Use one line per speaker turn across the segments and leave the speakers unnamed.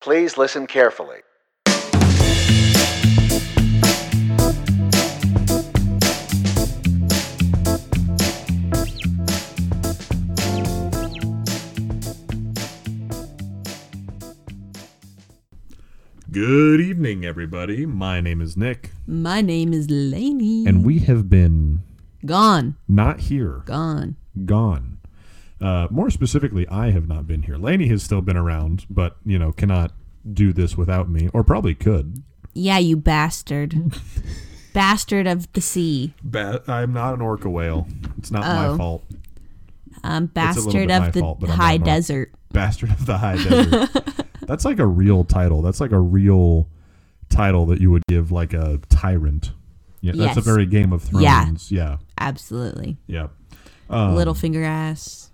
Please listen carefully.
Good evening, everybody. My name is Nick,
My name is Lainey.
and we have been
gone,
not here,
gone.
gone. Uh, more specifically, I have not been here. Laney has still been around, but you know cannot do this without me, or probably could.
Yeah, you bastard, bastard of the sea.
Ba- I'm not an orca whale. It's not my
Oh.
fault.
Um,
a little
bastard
bit my
of the
fault, but I'm
high
not-
desert.
Bastard of the High Desert. That's like a real title. That's like a real title that you would give like a tyrant. Yeah, that's a
Yes.
very Game of
Yeah.
Thrones. Yeah,
Absolutely,
yeah. Um,
little finger ass.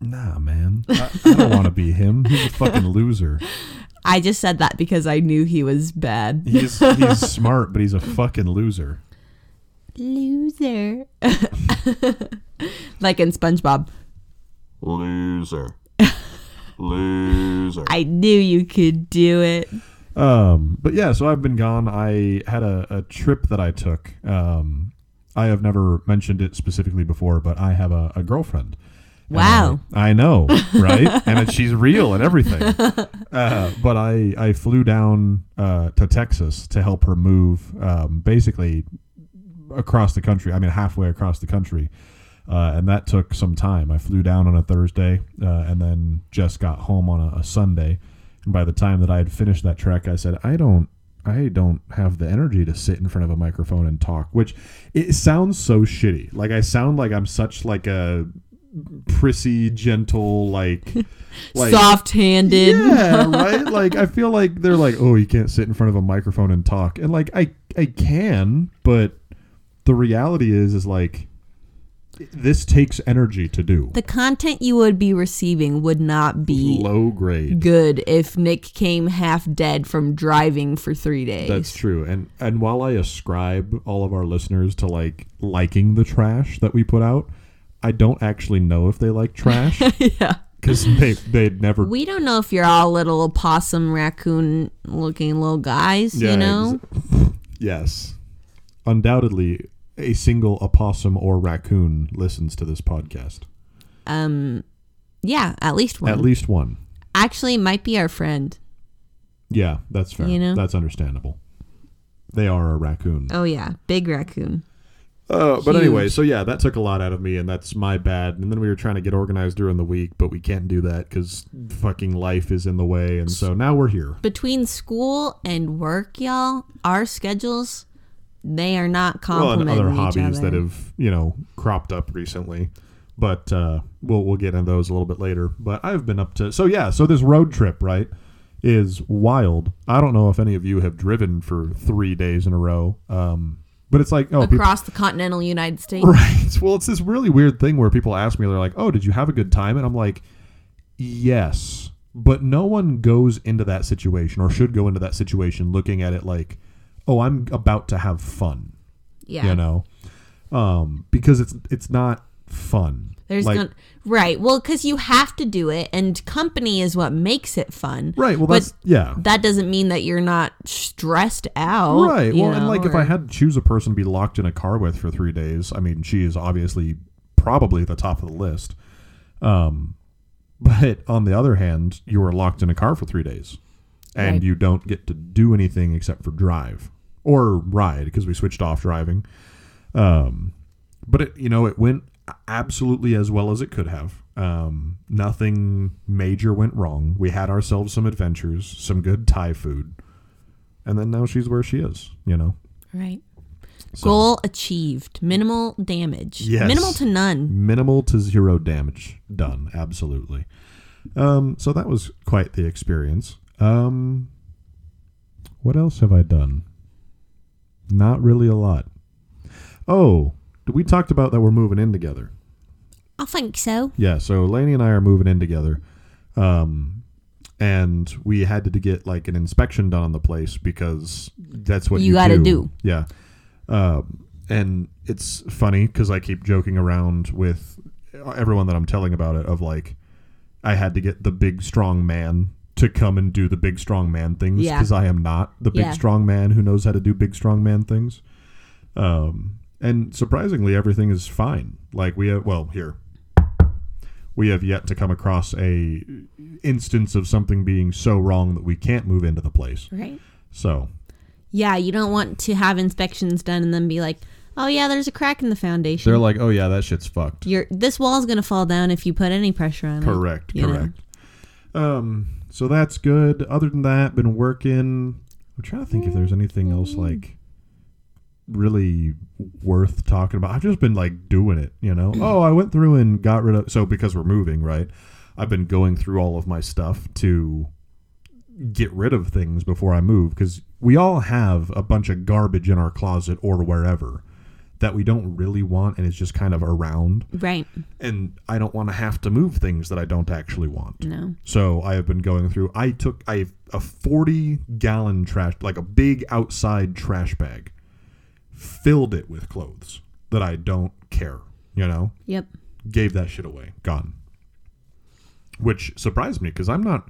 Nah, man. I, I don't want to be him. He's a fucking loser.
I just said that because I knew he was bad.
He's he's smart, but he's a fucking loser.
Loser. like in SpongeBob.
Loser. Loser.
I knew you could do it.
Um, but yeah, so I've been gone. I had a, a trip that I took. Um, I have never mentioned it specifically before, but I have a, a girlfriend. And
Wow.
I, I know, right? and it, she's real and everything. Uh, but I, I flew down uh, to Texas to help her move um, basically across the country. I mean, halfway across the country. Uh, and that took some time. I flew down on a Thursday uh, and then just got home on a, a Sunday. And by the time that I had finished that trek, I said, I don't. I don't have the energy to sit in front of a microphone and talk, which it sounds so shitty. Like I sound like I'm such like a prissy, gentle, like, like
Soft-handed.
yeah, right. Like I feel like they're like, oh, you can't sit in front of a microphone and talk, and like I I can, but the reality is is like this takes energy to do.
The content you would be receiving would not be
Low grade.
good if Nick came half dead from driving for three days.
That's true. And and while I ascribe all of our listeners to like liking the trash that we put out, I don't actually know if they like trash
yeah.
because they they'd never.
We don't know if you're all little opossum raccoon looking little guys,
Yeah,
you know?
yes, undoubtedly, a single opossum or raccoon listens to this podcast.
Um yeah, at least one.
At least one.
Actually it might be our friend.
Yeah, that's fair.
You know?
That's understandable. They are a raccoon.
Oh yeah, big raccoon.
Uh, but
Huge.
anyway, so yeah, that took a lot out of me, and that's my bad. And then we were trying to get organized during the week, but we can't do that because fucking life is in the way. And so now we're here.
Between school and work, y'all, our schedules they are not
Well, and
complementing
other
each
hobbies
other.
that have you know cropped up recently, but uh, we'll we'll get into those a little bit later. But I've been up to so yeah, so this road trip right is wild. I don't know if any of you have driven for three days in a row, um, but it's like oh, people,
across the continental United States.
Right. Well, it's this really weird thing where people ask me, they're like, "Oh, did you have a good time?" And I'm like, "Yes," but no one goes into that situation or should go into that situation looking at it like, "Oh, I'm about to have fun,"
Yeah.
you know, um, because it's it's not fun.
There's
like,
gon- right. Well, because you have to do it, and company is what makes it fun.
right. Well,
but
that's yeah.
that doesn't mean that you're not stressed out.
Right.
you
Well, and
know,
like if
or-
I had to choose a person to be locked in a car with for three days, I mean, she is obviously probably at the top of the list. Um, but on the other hand, you are locked in a car for three days, and
Right.
you don't get to do anything except for drive or ride because we switched off driving. Um, but it, you know, it went absolutely as well as it could have. Um, nothing major went wrong. We had ourselves some adventures, some good Thai food, and then now she's where she is. You know,
right
So-
goal achieved, minimal damage,
Yes.
minimal to none.
minimal to zero damage done. Absolutely. Um, so that was quite the experience. Um, what else have I done? Not really a lot. Oh, we talked about that we're moving in together.
I think so.
Yeah, so Laney and I are moving in together. Um and we had to get like an inspection done on the place because that's what you,
You gotta do.
Yeah. Um, and it's funny because I keep joking around with everyone that I'm telling about it of like I had to get the big strong man to come and do the big strong man things
Yeah.
because I am not the big
Yeah.
strong man who knows how to do big strong man things. Um, and surprisingly, everything is fine. Like we have, well, here we have yet to come across a instance of something being so wrong that we can't move into the place.
Right.
So
Yeah, you don't want to have inspections done and then be like, "Oh yeah, there's a crack in the foundation.
they're like, oh yeah, that shit's fucked.
Your this wall's gonna fall down if you put any pressure on it."
Correct.
you know.
correct. Um, so that's good. Other than that, been working. I'm trying to think if there's anything else like really worth talking about. I've just been like doing it, you know. oh, I went through and got rid of so because we're moving, right? I've been going through all of my stuff to get rid of things before I move because we all have a bunch of garbage in our closet or wherever that we don't really want and it's just kind of around
Right.
and I don't want to have to move things that I don't actually want.
No.
So I have been going through. I took I a forty gallon trash, like a big outside trash bag, filled it with clothes that I don't care. You know,
Yep.
gave that shit away, gone. Which surprised me because I'm not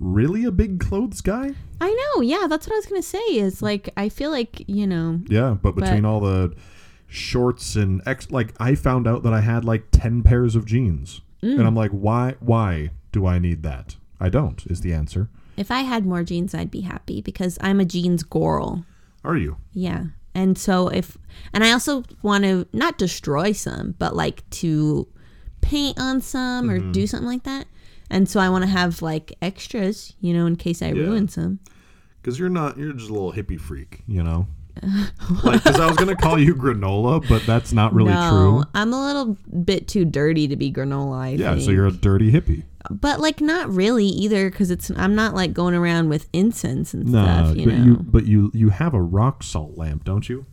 really a big clothes guy.
I know. Yeah, that's what I was gonna say. Is like, I feel like you know.
Yeah, but between all the shorts and ex, like I found out that I had like ten pairs of jeans,
Mm.
and I'm like, why? Why do I need that? I don't. Is the answer?
If I had more jeans, I'd be happy because I'm a jeans girl.
Are you?
Yeah. And so if and I also want to not destroy some, but like to paint on some or
Mm-hmm.
do something like that. And so I want to have like extras, you know, in case I ruin some.
Because you're not. You're just a little hippie freak, you know. like, because I was gonna call you granola, but that's not really
no,
true.
I'm a little bit too dirty to be granola. I
Yeah,
think.
so you're a dirty hippie.
but like not really either, because it's I'm not like going around with incense and
No,
stuff, you
but
know,
you but you you have a rock salt lamp, don't you?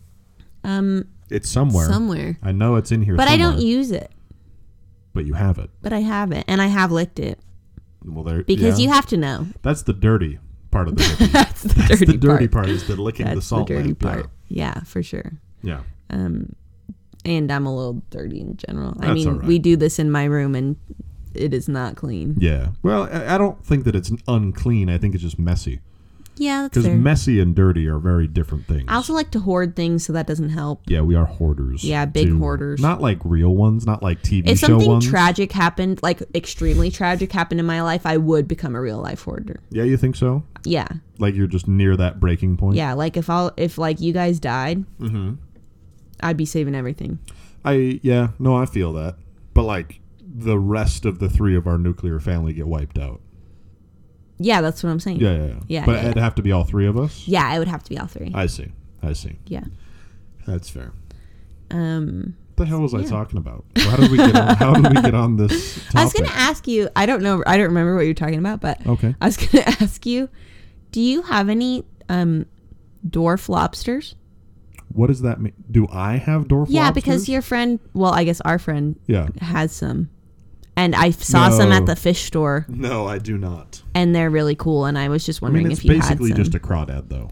um,
It's somewhere.
somewhere.
I know it's in here.
But I don't
somewhere,
use it.
But you have it.
But I have it, and I have licked it
Well, there.
because
yeah.
you have to know.
That's the dirty part of the hippie.
That's the dirty,
the dirty
part.
part. is the licking the
That's the,
salt
dirty
lamp.
part. Yeah. for sure.
Yeah.
Um, and I'm a little dirty in general. I
That's
mean,
all right.
we do this in my room, and it is not clean.
yeah. Yeah. Well, I I don't think that it's unclean. I think it's just messy.
Yeah, that's
Because
fair.
messy and dirty are very different things.
I also like to hoard things, so that doesn't help.
yeah, we are hoarders.
Yeah, big hoarders.
Not like real ones, not like TV
If
show
something
ones.
tragic happened, like extremely tragic happened in my life, I would become a real life hoarder.
yeah, you think so?
Yeah,
Like you're just near that breaking point?
yeah. Like if all if like you guys died,
Mm-hmm.
I'd be saving everything.
I yeah, no, I feel that. But like the rest of the three of our nuclear family get wiped out.
Yeah, that's what I'm saying.
Yeah, yeah, yeah.
Yeah,
but
yeah,
it'd have to be all three of us.
yeah. It would have to be all three.
I see. I see.
yeah.
That's fair.
Um.
the hell was I talking about? How did we get on, how did we get on this topic?
I was going to ask you. I don't know. I don't remember what you're talking about, but
Okay.
I was going to ask you. Do you have any um, dwarf lobsters?
what does that mean? Do I have dwarf
Yeah,
lobsters?
because your friend. Well, I guess our friend
Yeah.
has some, and I saw some
No.
at the fish store,
No, I do not.
and they're really cool. And I was just
I
wondering
mean, it's
if you had
basically
some.
just a crawdad, though.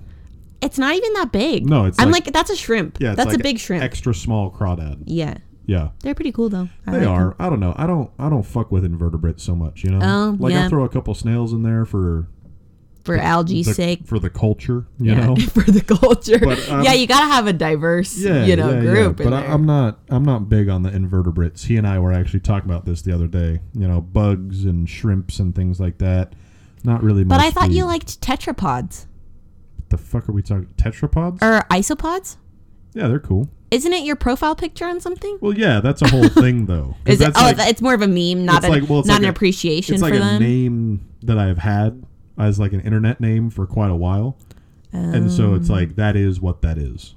it's not even that big.
No, it's
I'm
like-
like, that's a shrimp.
Yeah, it's
that's
like
a big shrimp.
Extra small crawdad.
yeah,
Yeah,
they're pretty cool though. I
they
like
are. I don't know. I don't. I don't fuck with invertebrates so much. You know,
Oh,
like I
yeah.
throw a couple snails in there for
for algae
the,
sake.
for the culture. You
yeah,
know.
for the culture.
But, um,
yeah, you gotta have a diverse,
Yeah,
you know,
yeah, yeah.
group. in
But I,
there.
I'm not. I'm not big on the invertebrates. He and I were actually talking about this the other day. You know, bugs and shrimps and things like that. Not really.
But
my
I thought
speed.
you liked tetrapods
the fuck are we talking? Tetrapods?
or isopods.
yeah, they're cool.
Isn't it your profile picture on something?
Well, yeah, that's a whole thing though. 'Cause
Is it?
that's
oh,
like-
it's more of a meme, not
it's
a,
like- well, it's
not
like
an
a-
appreciation
it's like
for
a
them.
name that I have had as like an internet name for quite a while, and so it's like that is what that is.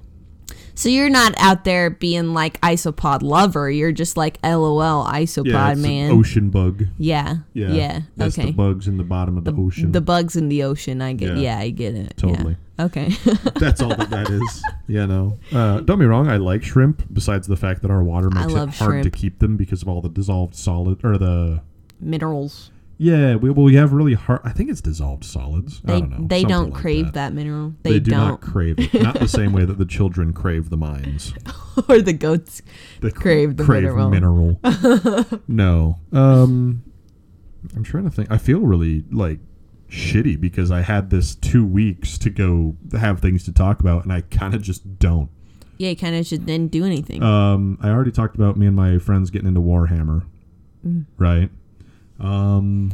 So you're not out there being like isopod lover. You're just like LOL isopod
Yeah, it's an
man.
ocean bug.
yeah,
Yeah,
yeah,
That's
okay.
the
The,
bugs in the bottom of the, ocean.
bugs in the ocean. I get.
Yeah.
Yeah, I get it. Yeah.
Totally.
Okay.
That's all that that is. You know, uh, don't be wrong. I like shrimp. Besides the fact that our water makes it hard
love
to
shrimp.
keep them because of all the dissolved solid or the
Minerals.
yeah. We well, we have really hard. I think it's dissolved solids. I
They
don't know.
they
something
don't
like
crave
that.
that. mineral. They,
They, do not
don't.
crave it. Not the same way that the children crave the mines.
or the goats.
They
Crave the mineral.
mineral. no. Um I'm trying to think. I feel really like shitty because I had this two weeks to go have things to talk about, and I kind of just don't.
Yeah, you kind of should then do anything.
Um, I already talked about me and my friends getting into Warhammer,
Mm.
right? Um,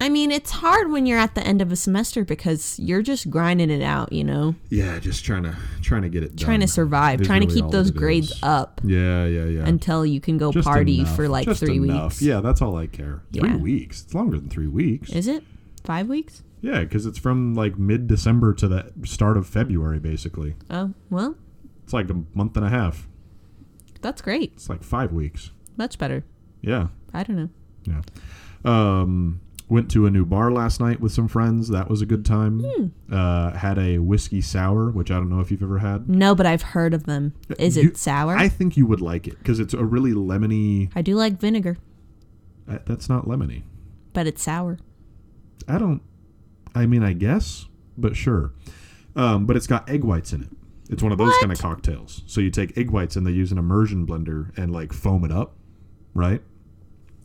I mean, it's hard when you're at the end of a semester because you're just grinding it out, you know,
yeah, just trying to trying to get it
trying to survive,
is
trying to
really
keep
all
those
it
grades
is.
up
Yeah, yeah, yeah.
until you can go
Just
party
enough.
for like
Just
three
enough.
weeks.
Yeah, that's all I care. Three
Yeah.
weeks. It's longer than three weeks.
Is it five weeks?
Yeah, because it's from like mid December to the start of February, basically.
Oh, well,
It's like a month and a half.
that's great.
It's like five weeks.
Much better.
Yeah.
I don't know.
Yeah. Um, went to a new bar last night with some friends. That was a good time.
Hmm.
Uh, had a whiskey sour, which I don't know if you've ever had.
No, but I've heard of them. Is
You-
it sour?
I
I,
think you would like it because it's a really lemony.
do like vinegar,
Uh, that's not lemony.
but it's sour.
I don't. I mean, I guess, but sure. Um, but it's got egg whites in it. It's one of those
What?
kind of cocktails. So you take egg whites and they use an immersion blender and like foam it up, right?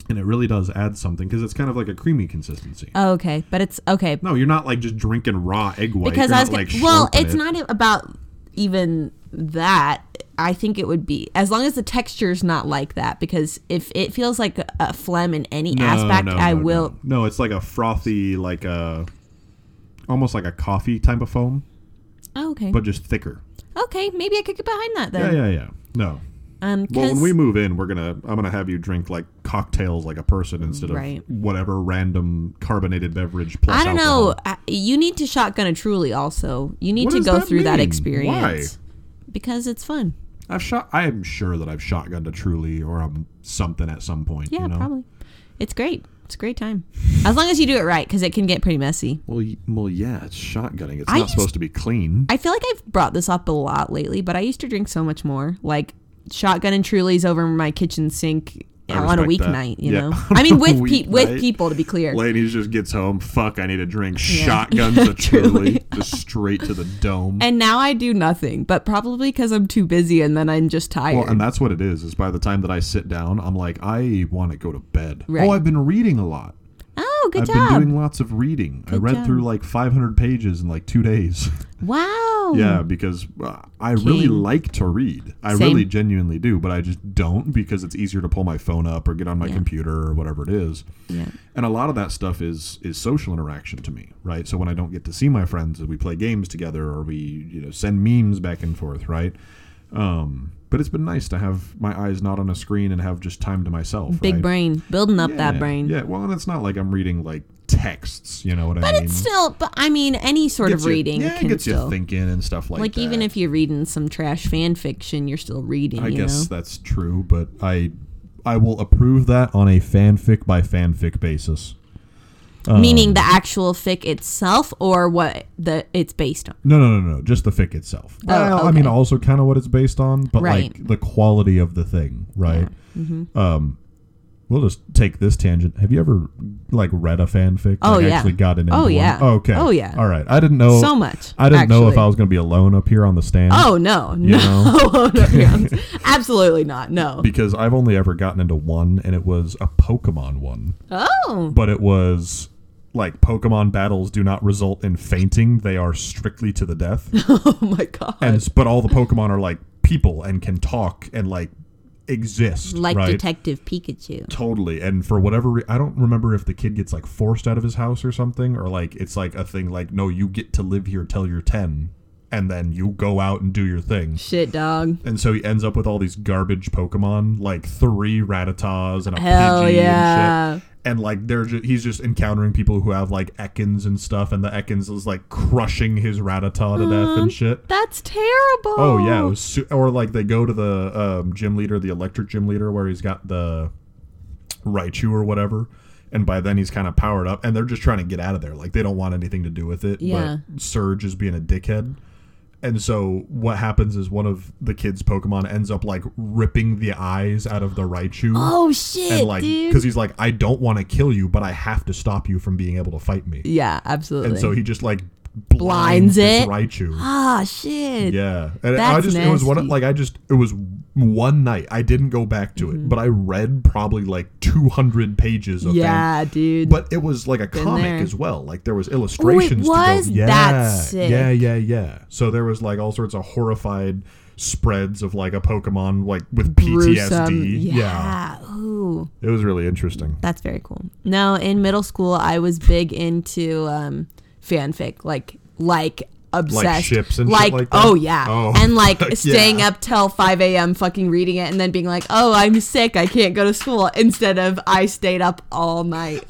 And it really does add something because it's kind of like a creamy consistency.
Oh, okay. But it's okay.
No, you're not like just drinking raw egg white.
because
You're
I was
not,
gonna,
like
well,
slurping
it's
it.
not e-, about even that. I think it would be as long as the texture's not like that. Because if it feels like a, a phlegm in any
No,
aspect,
no,
I
no,
will.
No. No, it's like a frothy, like a almost like a coffee type of foam,
Oh, okay.
but just thicker.
okay, maybe I could get behind that
Yeah,
then.
yeah, yeah. No.
Um,
Well, when
'cause-
we move in, we're gonna I'm gonna have you drink like cocktails like a person instead
Right.
of whatever random carbonated beverage. Plus
I don't
alcohol.
know. I, you need to shotgun a truly. Also, you need
What
to
does
go
that
through that
mean?
experience because it's fun.
I've shot. I am sure that I've shotgunned a Truly or um something at some point.
Yeah,
you know?
probably. It's great. It's a great time as long as you do it right because it can get pretty messy.
Well, y- well, yeah, it's shotgunning. It's
I
not
used-
supposed to be clean.
I feel like I've brought this up a lot lately, but I used to drink so much more, like shotgun and Trulies over my kitchen sink
I
on a
respect that.
weeknight. You
Yeah,
know,
on
I mean
a
with pe- with
weeknight.
people to be clear.
Ladies just gets home. Fuck, I need a drink. Shotguns a Truly, just straight to the dome.
And now I do nothing, but probably because I'm too busy and then I'm just tired.
Well, and that's what it is. Is by the time that I sit down, I'm like, I want to go to bed.
Right.
Oh, I've been reading a lot.
oh, good
I've
job!
been doing lots of reading. I
Good
read
job. Mm.
through like 500 pages in like two days.
wow.
yeah, because uh, I really
King.
like to read. I
Same.
really genuinely do, but I just don't because it's easier to pull my phone up or get on my computer or whatever it is.
Yeah.
And a lot of that stuff is is social interaction to me, right? So when I don't get to see my friends, we play games together or we you know send memes back and forth, right? Um, but it's been nice to have my eyes not on a screen and have just time to myself.
Big
right?
brain, building up that
Yeah,
brain.
Yeah, well, and it's not like I'm reading like texts, you know what I
But
mean?
it's still, but I mean, any sort
Gets
of
you-
reading
yeah, it
can
gets
still,
you
like,
thinking and stuff like, that.
even if you're reading some trash fan fiction, you're still reading.
I
you
guess
know?
that's true, but I I will approve that on a fanfic by fanfic basis. Oh.
meaning the actual fic itself or what the it's based on.
No, no, no, no, just the fic itself. well, I mean,
Oh, okay.
also kind of what it's based on, but like
Right. Mm-hmm.
the quality of the thing, right? Um, we'll just take this tangent. Have you ever like read a fanfic?
Oh,
like,
yeah.
Actually, got into
Oh,
one?
yeah.
okay.
Oh, yeah.
All right. I didn't know
so much.
I didn't know if
actually.
I was going to be alone up here on the stand.
Oh no, no, Oh, no, no. absolutely not. No.
Because I've only ever gotten into one, and it was a Pokemon one.
Oh,
But it was like Pokemon battles do not result in fainting; they are strictly to the death.
oh my god.
and s- but all the Pokemon are like people and can talk and like exist,
like
right?
Detective Pikachu.
Totally, and for whatever re- I don't remember if the kid gets like forced out of his house or something, or like it's like a thing like no, you get to live here till you're ten, and then you go out and do your thing.
Shit, dog.
And so he ends up with all these garbage Pokemon, like three Rattatas and a
Hell
Pidgey
yeah.
and shit. And like they're just, he's just encountering people who have like Ekans and stuff, and the Ekans is like crushing his Rattata to death
Mm-hmm.
and shit.
That's terrible.
Oh yeah, it was su- or like they go to the um, gym leader, the electric gym leader, where he's got the Raichu or whatever, and by then he's kind of powered up, and they're just trying to get out of there. Like they don't want anything to do with it.
Yeah.
But Surge is being a dickhead, and so what happens is one of the kids' Pokemon ends up like ripping the eyes out of the Raichu.
Oh shit,
And like,
dude.
because he's like, I don't want to kill you, but I have to stop you from being able to fight me.
Yeah, absolutely.
And so he just like
Blinds it.
right you.
Ah, shit.
Yeah, and I
That's
just it was one
nasty.
like I just it was one night I didn't go back to
Mm-hmm.
it, but I read probably like two hundred pages of that.
Yeah, dude.
But it was like a comic
there. Oh,
as well. Like there was illustrations.
was?
to go. Yeah,
That's sick.
yeah, yeah, yeah. So there was like all sorts of horrified spreads of like a Pokemon like with
Gruesome.
PTSD.
Yeah. Ooh.
it was really interesting.
That's very cool. No, in middle school, I was big into um, fanfic, like like obsessed,
ships and shit like that?
oh yeah,
Oh,
and like
fuck
staying
yeah.
up till five a.m. fucking reading it, and then being like, oh, I'm sick, I can't go to school. Instead of I stayed up all night.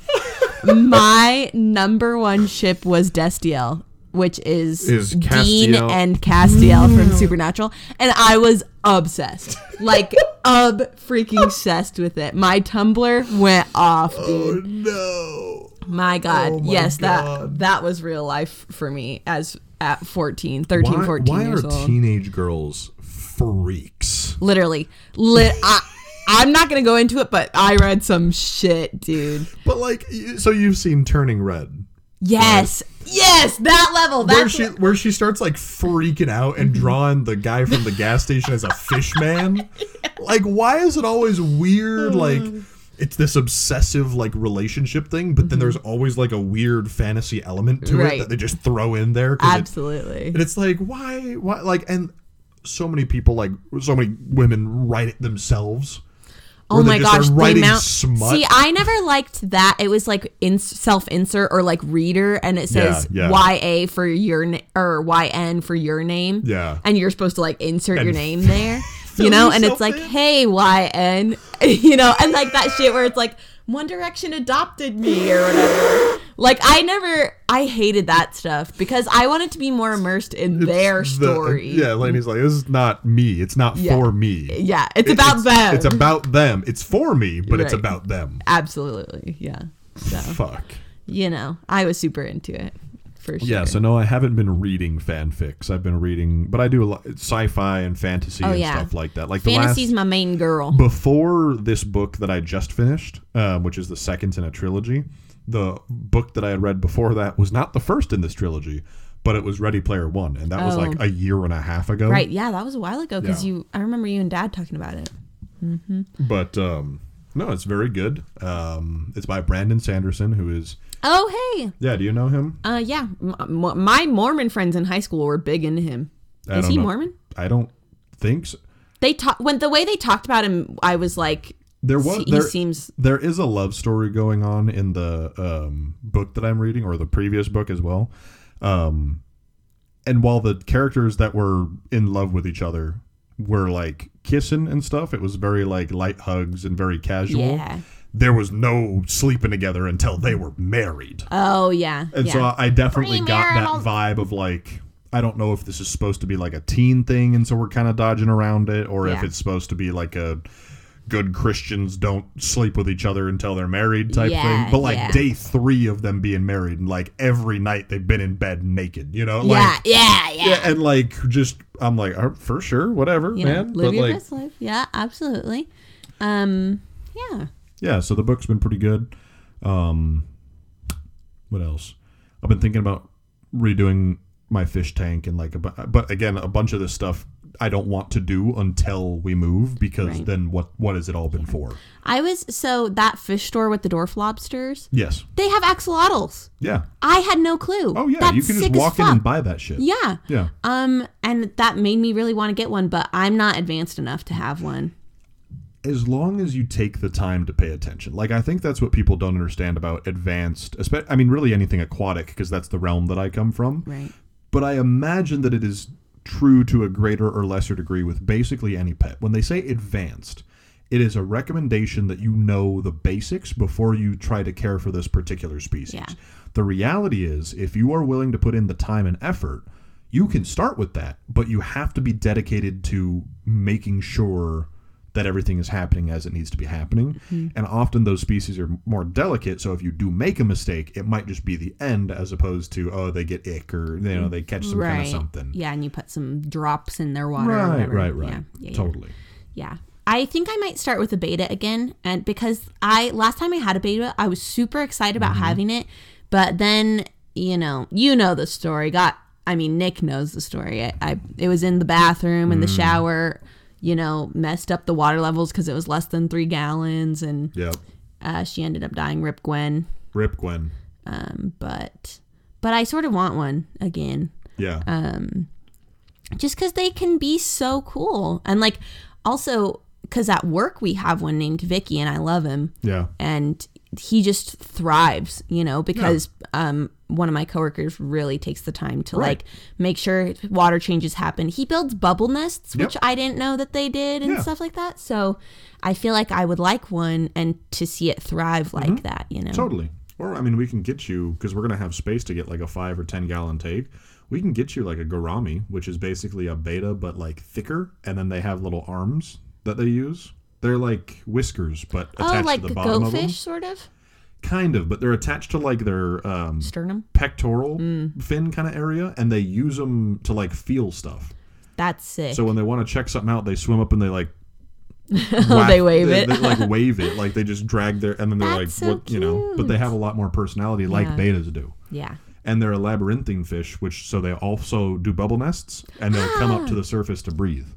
My number one ship was Destiel, which is,
Is
Dean
Castiel.
and Castiel from Supernatural, and I was obsessed, like ob freaking obsessed with it. My Tumblr went off, dude.
no.
My God,
Oh my
yes,
God.
that that was real life for me as at 14, 13,
Why,
14
why are
years old.
teenage girls freaks?
Literally, lit. I, I'm not gonna go into it, but I read some shit, dude.
But like, y- so you've seen Turning Red.
Yes, yes, that level.
where
That's Mm-hmm.
she where she starts like freaking out and drawing the guy from the gas station as a fish man. Like, why is it always weird? Like,
Hmm.
it's this obsessive like relationship thing, but then there's always like a weird fantasy element to it
Mm-hmm. Right.
that they just throw in there. 'cause it-
absolutely.
and it's like, why, why, like, and so many people like so many women write it themselves.
Oh
where they
my
just are
gosh, the
writing
amount.
smut.
See, I never liked that. It was like in self insert or like reader, and it says
Yeah,
YA for your na- or YN for your name.
Yeah.
and you're supposed to like insert your
And
name there, you know. And it's
yourself in.
like, hey YN, you know, and like that shit where it's like One Direction adopted me or whatever. Like I never, I hated that stuff because I wanted to be more immersed in their
The-
story.
uh, yeah, Lainey's like, this is not me. It's not
Yeah.
for me.
yeah, it's
It-
about them.
It's about them. It's for me, but it's
Right.
about them.
absolutely, yeah. So.
Fuck.
you know, I was super into it for sure.
Yeah, so no, I haven't been reading fanfics. I've been reading, but I do a lot sci-fi and fantasy
Oh,
and
yeah.
stuff like that. Like
Fantasy's
the last
my main girl.
before this book that I just finished, um, which is the second in a trilogy. The book that I had read before that was not the first in this trilogy, but it was Ready Player One, and that was
Oh.
like a year and a half ago.
Right, yeah, that was a while ago because
Yeah.
you I remember you and dad talking about it.
But um, no, it's very good. Um, it's by Brandon Sanderson, who is
Oh, hey.
yeah. Do you know him?
Uh yeah, m- m- my Mormon friends in high school were big into him.
I
Is
don't
he
know.
Mormon?
I don't think so.
They talk when the way they talked about him, I was like
There was
See, he
there,
seems-
there is a love story going on in the um, book that I'm reading or the previous book as well. Um, and while the characters that were in love with each other were like kissing and stuff, it was very like light hugs and very casual.
Yeah.
There was no sleeping together until they were married.
Oh yeah.
And
yeah.
so uh, I- I definitely got that
Premarital-
vibe of like, I don't know if this is supposed to be like a teen thing, and so we're kind of dodging around it, or if
Yeah.
it's supposed to be like a good Christians don't sleep with each other until they're married type
Yeah,
thing. But like
yeah.
day three of them being married, and like every night they've been in bed naked, you know? Like,
yeah, yeah, yeah.
yeah, and like just I'm like "Uh, for sure, whatever,
You know,
man.
live
But
your
like,
best life. Yeah, absolutely. Um yeah.
yeah, so the book's been pretty good. Um, what else? I've been thinking about redoing my fish tank and like, a, bu- but again, a bunch of this stuff I don't want to do until we move because
Right.
then what what has it all been for?
I was so that fish store with the dwarf lobsters.
Yes,
They have axolotls.
yeah,
I had no clue.
oh yeah,
That's
you can just
sick as
walk in
fuck.
and buy that shit.
Yeah.
yeah.
Um, and that made me really want to get one, but I'm not advanced enough to have one.
as long as you take the time to pay attention. Like I think that's what people don't understand about advanced, espe- I mean really anything aquatic because that's the realm that I come from.
Right.
But I imagine that it is true to a greater or lesser degree with basically any pet. When they say advanced, it is a recommendation that you know the basics before you try to care for this particular species.
Yeah.
The reality is if you are willing to put in the time and effort, you can start with that, but you have to be dedicated to making sure that everything is happening as it needs to be happening.
Mm-hmm.
And often those species are more delicate, so if you do make a mistake, it might just be the end as opposed to oh they get ick or you know they catch some kind of something.
Yeah, and you put some drops in their water. or
Right,
whatever.
right, right.
Yeah. Yeah, yeah.
Totally.
yeah. I think I might start with a beta again, and because I last time I had a beta, I was super excited about having it, but then you know, you know the story. Got, I mean, Nick knows the story. I, I it was in the bathroom in the shower. You know, messed up the water levels because it was less than three gallons, and
Yep.
uh, she ended up dying. Rip Gwen,
Rip Gwen.
um, but but I sort of want one again,
Yeah.
Uh, just because they can be so cool, and like also because at work we have one named Vicky, and I love him.
yeah.
and he just thrives, you know, because um one of my coworkers really takes the time to
Right.
like make sure water changes happen. He builds bubble nests, which
Yep.
I didn't know that they did and
Yeah.
stuff like that. So I feel like I would like one and to see it thrive like
Mm-hmm.
that, you know.
Totally. Or I mean, we can get you because we're gonna have space to get like a five or ten gallon tank. We can get you like a Garami, which is basically a beta but like thicker, and then they have little arms that they use. They're like whiskers, but
oh,
attached
like
to
the,
the bottom of them.
goatfish sort of
Kind of, but they're attached to like their um,
sternum.
pectoral
Mm.
fin kind of area, and they use them to like feel stuff.
That's sick.
So when they want to check something out, they swim up and they like.
they wave it.
They like wave it, like they just drag their, and then they're
That's
like,
so
what, you know. But they
cute.
have a lot more personality, like
Yeah.
betas do.
yeah.
And they're a labyrinthine fish, which so they also do bubble nests, and they'll come up to
Ah.
the surface to breathe.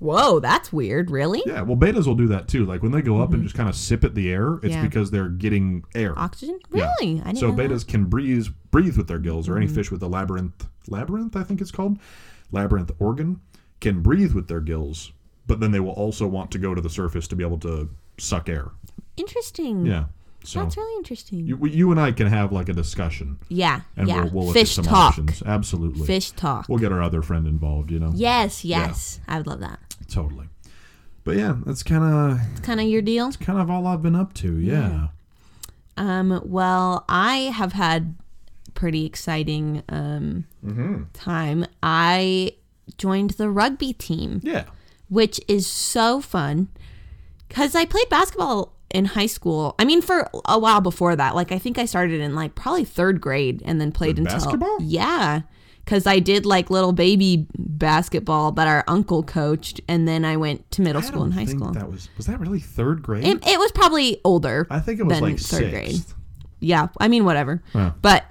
Whoa, that's weird, really?
Yeah, well, betas will do that too. Like when they go up and just kind of sip at the air, it's
Mm-hmm. Yeah.
because they're getting air.
Oxygen?
Yeah.
Really? I didn't
so
know that. Mm-hmm.
betas can breathe breathe with their gills, or any fish with a labyrinth labyrinth, I think it's called labyrinth organ, can breathe with their gills, but then they will also want to go to the surface to be able to suck air.
Interesting.
Yeah. So
Mm. That's really interesting.
you, we- you and I can have like a discussion,
yeah.
and
yeah.
we'll, we'll look at
Fish
some
talk.
options. Absolutely.
Fish talk.
We'll get our other friend involved. You know.
Yes, yes. I would love that.
Totally. But yeah, that's kind of
It's kind of your deal.
kind of all I've been up to. Yeah.
Um, well, I have had pretty exciting um,
Mm-hmm.
time. I joined the rugby team,
Yeah.
which is so fun because I played basketball in high school. I mean, for a while before that, like I think I started in like probably third grade and then played
With
until
basketball?
yeah. Because I did like little baby basketball that our uncle coached, and then I went to middle
I
school and
don't
high
think
school.
That was was that really third grade?
It, it was probably older.
I think it was
than
like
third
sixth.
grade. Yeah, I mean whatever.
Yeah.
But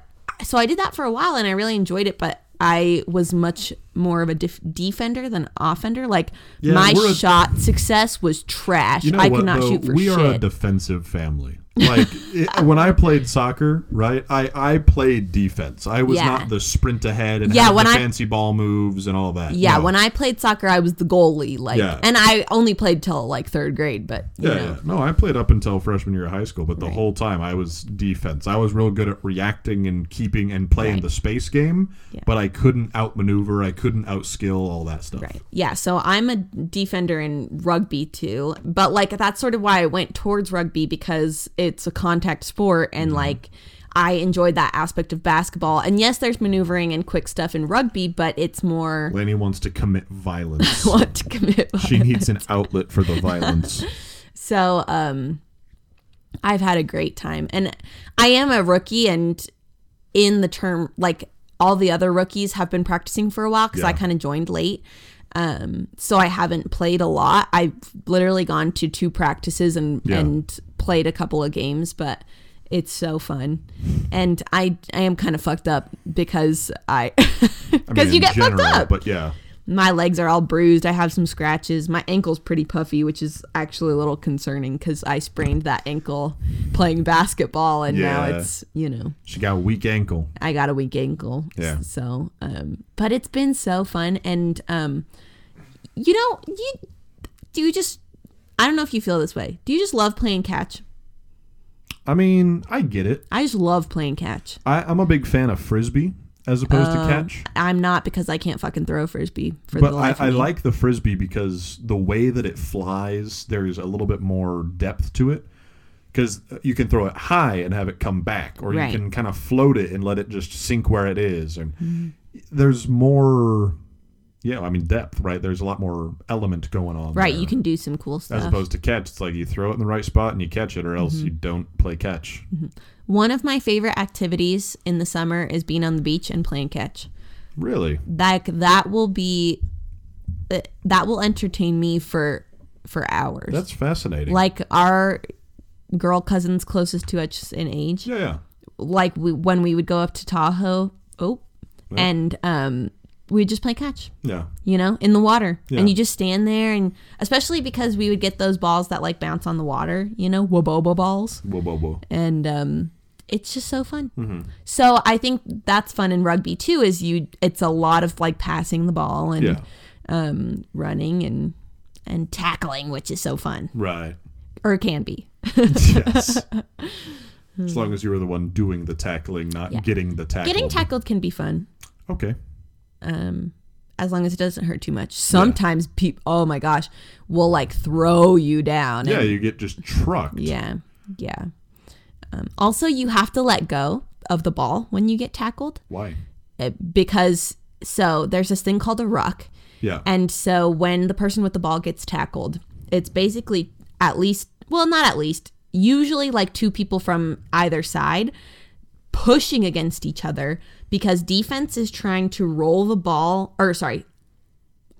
so I did that for a while and I really enjoyed it, but I was much more of a def- defender than offender. Like
Yeah,
my
we're a-
shot success was trash.
You know
I
what,
could not
though?
shoot for
we
shit.
are a defensive family. Like it, when I played soccer, right? I I played defense. I was
Yeah.
not the sprint ahead and
Yeah,
had
when
the
I-
fancy ball moves and all that.
yeah,
No.
when I played soccer, I was the goalie. Like,
Yeah.
and I only played till like third grade. But you
yeah,
know,
yeah. no, I played up until freshman year of high school, but the whole time I was defense. I was real good at reacting and keeping and playing the space game, but I couldn't outmaneuver. I couldn't outskill all that stuff.
Right. Yeah. So I'm a defender in rugby too, but like that's sort of why I went towards rugby because it's a contact sport and like I enjoyed that aspect of basketball. And yes, there's maneuvering and quick stuff in rugby, but it's more
Lenny wants to commit violence.
want to commit.
she needs an outlet for the violence.
So um, I've had a great time, and I am a rookie, and in the term like all the other rookies have been practicing for a while because I
Yeah.
kind of joined late. Um, so I haven't played a lot. I've literally gone to two practices and
Yeah.
and played a couple of games, but it's so fun. And I I am kind of fucked up because I
I
because
mean,
you
in
get
general,
fucked up.
But yeah,
My legs are all bruised. I have some scratches. My ankle's pretty puffy, which is actually a little concerning because I sprained that ankle playing basketball, and now
Yeah.
it's you know
she got a weak ankle.
I got a weak ankle.
Yeah.
So, um, but it's been so fun, and um, you know, you do you just I don't know if you feel this way. Do you just love playing catch?
I mean, I get it.
I just love playing catch.
I, I'm a big fan of frisbee as opposed to catch.
I'm not because I can't fucking throw frisbee Oh, for
But
the
I,
life
I
of me.
like the frisbee because the way that it flies, there's a little bit more depth to it. Because you can throw it high and have it come back, or
Right. Mm-hmm.
you can kind of float it and let it just sink where it is. And there's more, yeah, I mean, depth, right? There's a lot more element going on.
right.
there.
You can do some cool
As
stuff. Mm-hmm.
opposed to catch, it's like you throw it in the right spot and you catch it, or else you don't play catch.
One of my favorite activities in the summer is being on the beach and playing catch.
Really?
Like that will be that- that will entertain me for for hours.
That's fascinating.
like our girl cousins closest to us in age
yeah, yeah.
like we, when we would go up to Tahoe, oh,
Yeah.
and um, we'd just play catch,
Yeah.
you know, in the water,
Yeah.
and you just stand there, and especially because we would get those balls that like bounce on the water, you know, waboba balls,
Whoa, whoa, whoa.
and um, it's just so fun.
Mm-hmm.
So I think that's fun in rugby too. Is you, it's a lot of like passing the ball and
Yeah.
um, running and and tackling, which is so fun,
Right.
or can be.
yes. As long as you were the one doing the tackling, not
Hmm. Yeah.
getting the tackle.
Getting tackled can be fun.
Okay.
um, as long as it doesn't hurt too much. Sometimes peop oh my gosh, will like throw you down.
Yeah,
and-
you get just trucked.
yeah, yeah. Um, also, you have to let go of the ball when you get tackled
Why?
uh, because so there's this thing called a ruck,
Yeah.
and so when the person with the ball gets tackled, it's basically at least well, not at least usually like two people from either side pushing against each other because defense is trying to roll the ball or sorry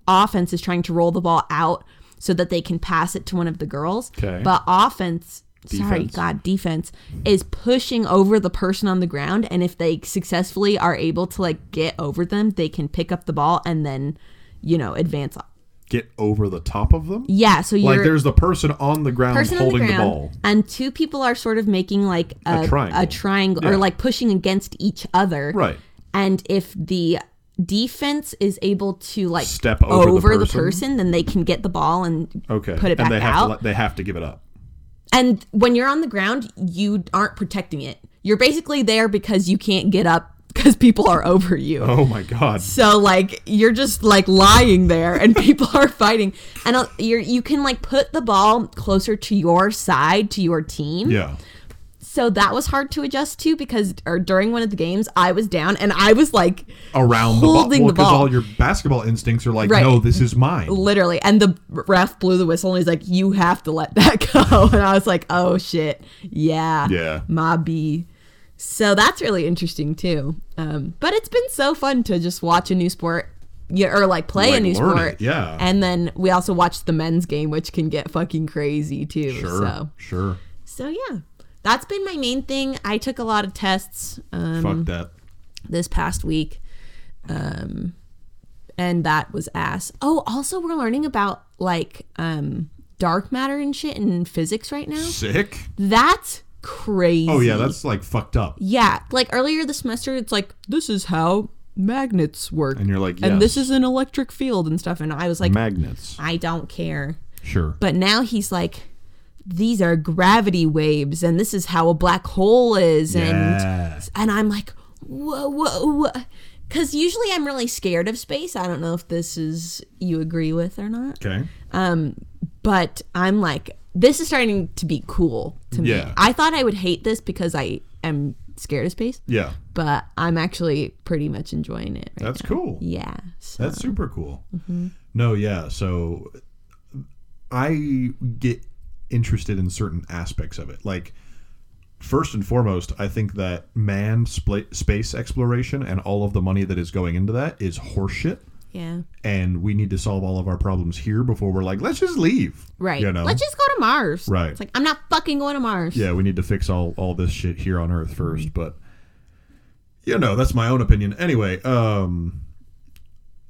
offense is trying to roll the ball out so that they can pass it to one of the girls.
Okay.
But offense, sorry,
Defense.
God, defense is pushing over the person on the ground, and if they successfully are able to like get over them, they can pick up the ball and then, you know, advance.
Get over the top of them?
Yeah. So
Like
you're
there's the person on the ground
person
holding
on the
the,
ground,
ball.
and two people are sort of making like a,
triangle.
triangle,
Yeah.
or like pushing against each other.
Right.
And if the defense is able to like
Step over the
the,
person?
person. then they can get the ball and
Okay.
put it
and
back
they have
out.
to let, they have to give it up.
and when you're on the ground, you aren't protecting it. You're basically there because you can't get up because people are over you.
Oh my god.
So like you're just like lying there, and people are fighting, and uh, you're you can like put the ball closer to your side to your team.
Yeah.
So that was hard to adjust to because or during one of the games I was down and I was like
Around
Holding
the ball.
the
Because
ball.
all your basketball instincts are like,
Right.
no, this is mine.
literally, and the ref blew the whistle and he's like, "You have to let that go," and I was like, "Oh shit, yeah,
Yeah.
my B." So that's really interesting too. Um, but it's been so fun to just watch a new sport, yeah, or like play
Like,
a new
learn
sport.
it, yeah.
And then we also watched the men's game, which can get fucking crazy too.
Sure.
So,
Sure.
so yeah, that's been my main thing. I took a lot of tests um,
Fuck that.
this past week, um, and that was ass. Oh, also we're learning about like um, dark matter and shit in physics right now.
Sick.
That's crazy.
Oh yeah, that's like fucked up.
Yeah, like earlier this semester, it's like this is how magnets work,
And you're like, yes.
and this is an electric field and stuff. And I was like,
magnets.
I don't care.
Sure.
But now he's like, these are gravity waves, and this is how a black hole is,
Yeah.
and and I'm like, whoa, whoa, whoa. Because usually I'm really scared of space. I don't know if this is you agree with or not
Okay.
but I'm like, this is starting to be cool to me.
Yeah.
I thought I would hate this because I am scared of space,
Yeah.
but I'm actually pretty much enjoying it. Right
That's
now.
cool.
Yeah. Mm-hmm. So
That's super cool. No, yeah. So I get interested in certain aspects of it. Like, first and foremost, I think that manned spla- space exploration and all of the money that is going into that is horseshit.
yeah.
And we need to solve all of our problems here before we're like, let's just leave.
Right.
You know?
Let's just go to Mars.
Right.
It's like I'm not fucking going to Mars.
yeah, we need to fix all all this shit here on Earth first. But you know, that's my own opinion. Anyway, um,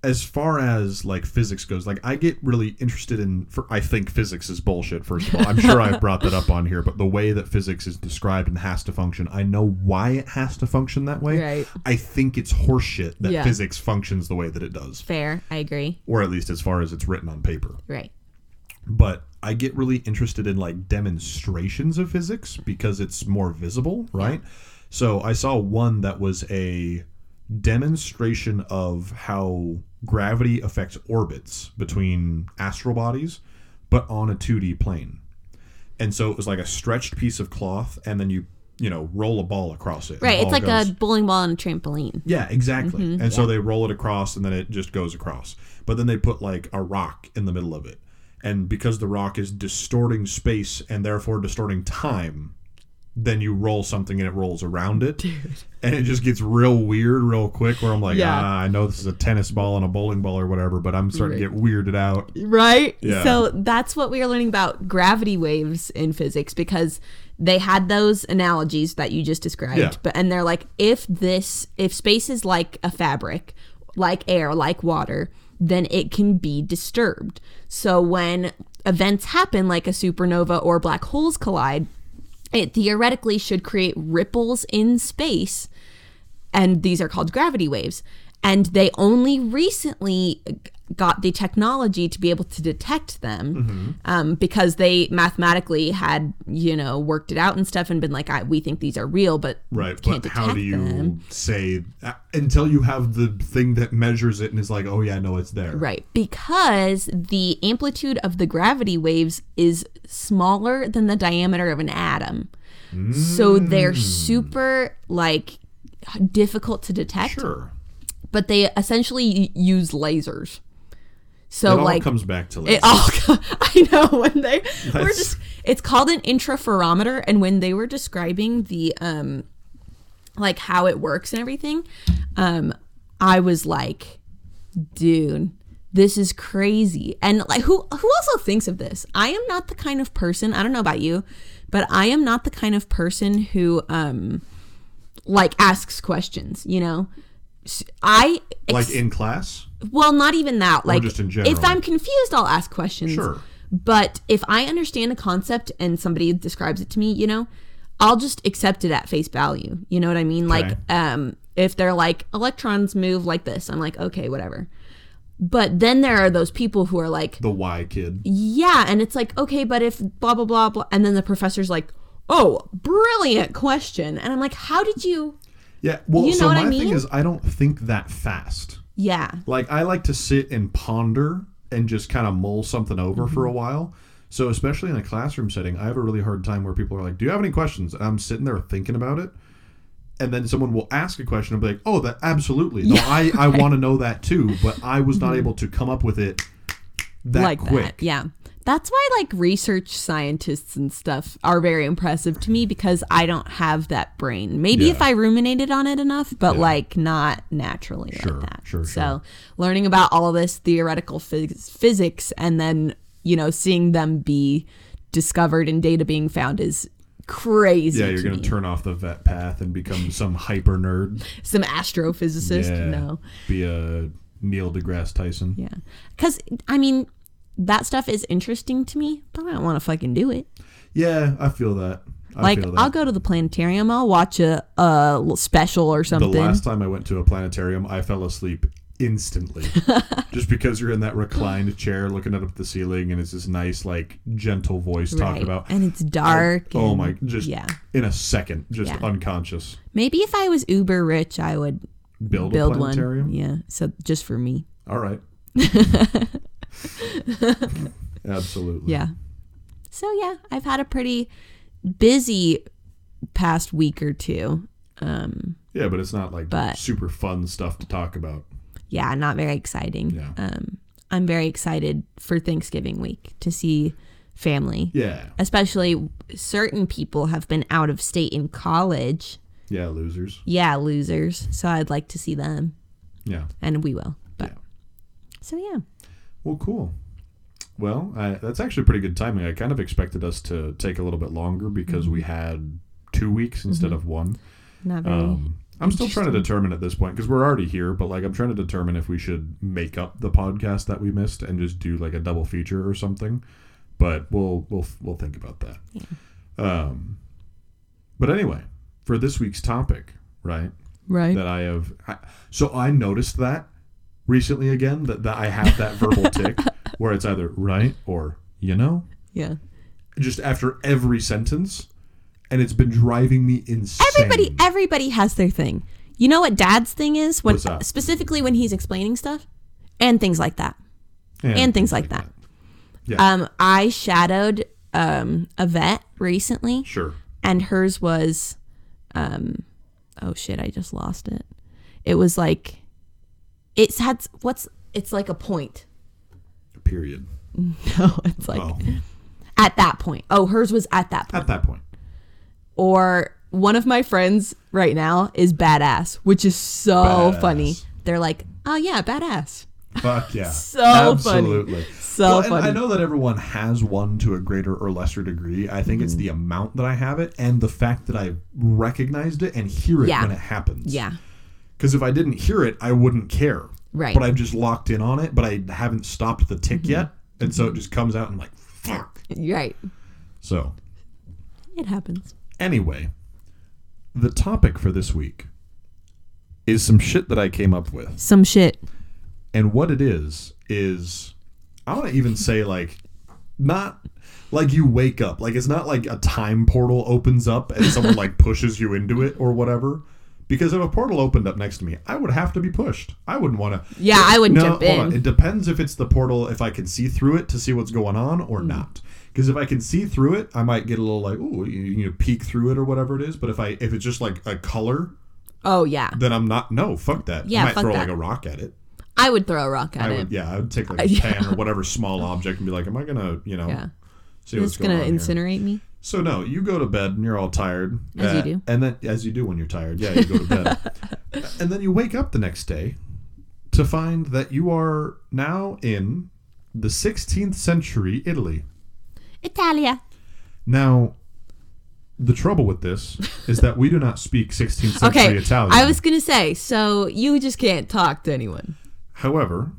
as far as like physics goes, like I get really interested in. For, I think physics is bullshit. First of all, I'm sure I've brought that up on here, but the way that physics is described and has to function, I know why it has to function that way.
Right.
I think it's horseshit that
Yeah.
physics functions the way that it does,
Fair. I agree.
or at least as far as it's written on paper
Right.
but I get really interested in like demonstrations of physics because it's more visible, right? So I saw one that was a demonstration of how gravity affects orbits between astral bodies, but on a 2D plane. And so it was like a stretched piece of cloth, and then you, you know, roll a ball across it. and the
Right. It's
ball
like
goes-
a bowling ball and a trampoline.
yeah, exactly.
Mm-hmm.
and so they roll it across and then it just goes across. But then they put like a rock in the middle of it. And because the rock is distorting space and therefore distorting time, then you roll something and it rolls around it. And it just gets real weird real quick where I'm like,
Yeah.
ah, I know this is a tennis ball and a bowling ball or whatever, but I'm starting to get weirded out.
Right?
Yeah.
So that's what we were learning about gravity waves in physics because they had those analogies that you just described.
Yeah.
But and they're like if this if space is like a fabric, like air, like water, then it can be disturbed. So when events happen like a supernova or black holes collide, it theoretically should create ripples in space and these are called gravity waves. And they only recently got the technology to be able to detect them
Mm-hmm.
um, because they mathematically had, you know, worked it out and stuff and been like, I, we think these are real, but
Right.
can't
But how do
detect
you
them.
say uh, until you have the thing that measures it and is like, oh, yeah, no, it's there.
Right, because the amplitude of the gravity waves is smaller than the diameter of an atom. So
Mm.
they're super like difficult to detect,
Sure.
but they essentially y- use lasers. So
it all
like
comes back to
It
laser.
all, I know when they were
That's-
just. It's called an interferometer, and when they were describing the um, like how it works and everything, um, I was like, dude, this is crazy. And like, who who also thinks of this? I am not the kind of person. I don't know about you, but I am not the kind of person who um, like asks questions. You know, S- I
like in class?
well, not even that. Like,
just in
if
general.
I'm confused, I'll ask questions.
Sure.
But if I understand a concept and somebody describes it to me, you know, I'll just accept it at face value. You know what I mean?
Okay.
Like, um, if they're like electrons move like this, I'm like, okay, whatever. But then there are those people who are like,
The Y kid.
yeah, and it's like, okay, but if blah blah blah blah, and then the professor's like, oh, brilliant question, and I'm like, how did you?
Yeah. Well,
You
so
know what
my
I
thing
mean?
is, I don't think that fast.
Yeah,
Like I like to sit and ponder and just kind of mull something over for
Mm-hmm.
a while. So especially in a classroom setting, I have a really hard time where people are like, "Do you have any questions?" And I'm sitting there thinking about it, and then someone will ask a question and be like, "Oh, that absolutely. No, I I want to know that too, but I was not able to come up with it that
Mm-hmm. like
quick."
that. Yeah. That's why like research scientists and stuff are very impressive to me because I don't have that brain. Maybe if
Yeah.
I ruminated on it enough, but like not naturally
Sure,
like that.
sure,
so learning about all of this theoretical phys- physics and then, you know, seeing them be discovered and data being found is crazy.
Yeah, you're
to
gonna
me.
turn off the vet path and become some hyper nerd.
some astrophysicist.
Yeah.
No.
Be a Neil deGrasse Tyson.
Yeah. Cuz I mean, that stuff is interesting to me, but I don't want to fucking do it.
Yeah, I feel that. I
Like
feel that.
I'll go to the planetarium. I'll watch a, a l- special or
The
something.
last time I went to a planetarium, I fell asleep instantly. just because you're in that reclined chair looking up at the ceiling and it's this nice, like, gentle voice
Right.
talking about,
and it's dark.
oh
and-
my, just
yeah.
in a second, just
Yeah.
unconscious.
Maybe if I was uber rich, I would
Build,
build
a planetarium?
one. Yeah. So just for me.
All right. Absolutely.
Yeah. So yeah, I've had a pretty busy past week or two. Um,
Yeah, but it's not like
But-
super fun stuff to talk about.
yeah, not very exciting.
Yeah.
Um, I'm very excited for Thanksgiving week to see family.
Yeah.
Especially certain people have been out of state in college.
Yeah, losers.
yeah, losers. So I'd like to see them,
Yeah.
and we will. But
Yeah.
so yeah,
Well, cool. Well, I, that's actually pretty good timing. I kind of expected us to take a little bit longer because we had two weeks instead of one.
not very.
Um, I'm still trying to determine at this point because we're already here, but like I'm trying to determine if we should make up the podcast that we missed and just do like a double feature or something. But we'll we'll we'll think about that. Um, but anyway, for this week's topic, right?
right.
that I have. I, so I noticed that recently again that, that I have that verbal tick where it's either right or you know,
yeah.
just after every sentence, and it's been driving me insane.
Everybody, everybody has their thing. You know what Dad's thing is when
What's that?
specifically when he's explaining stuff and things like that. and things like that.
Yeah.
Um, I shadowed um a vet recently,
Sure.
and hers was, um, oh shit, I just lost it. It was like, it's had what's it's like a point.
Period.
No, it's like
Oh,
at that point. Oh, hers was at that point.
at that point.
or one of my friends right now is badass, which is so
Badass.
funny. They're like, oh yeah, badass.
Fuck yeah.
So
Absolutely.
funny. So
Well, and
funny.
I know that everyone has one to a greater or lesser degree. I think
Mm-hmm.
it's the amount that I have it and the fact that I recognized it and hear it
Yeah.
when it happens.
Yeah.
Because if I didn't hear it, I wouldn't care.
Right.
But I've just locked in on it, but I haven't stopped the tick yet. And so it just comes out and I'm like, fuck.
You're right.
So,
It happens.
anyway, the topic for this week is some shit that I came up with.
Some shit.
And what it is is I want to even say like not like you wake up. Like it's not like a time portal opens up and someone like pushes you into it or whatever. Because if a portal opened up next to me, I would have to be pushed. I wouldn't want to.
Yeah, I wouldn't
No,
jump
hold on.
in.
It depends if it's the portal, if I can see through it to see what's going on
Hmm.
or not. Because if I can see through it, I might get a little like, ooh, you, you know, peek through it or whatever it is. But if I if it's just like a color,
Oh yeah.
then I'm not. No, fuck that.
Yeah,
I might
fuck
throw
that.
like a rock at it.
I would throw a rock at
I
it.
would, yeah, I would take like a
Yeah.
pan or whatever small object and be like, "Am I gonna, you know,
Yeah.
see what's
It's
going
gonna
on?" here?
incinerate me.
So no, you go to bed and you're all tired, Uh,
As you do.
and then as you do when you're tired, yeah, you go to bed, and then you wake up the next day to find that you are now in the 16th century Italy.
Italia.
Now, the trouble with this is that we do not speak 16th century
Okay.
Italian.
I was gonna say, so you just can't talk to anyone.
However,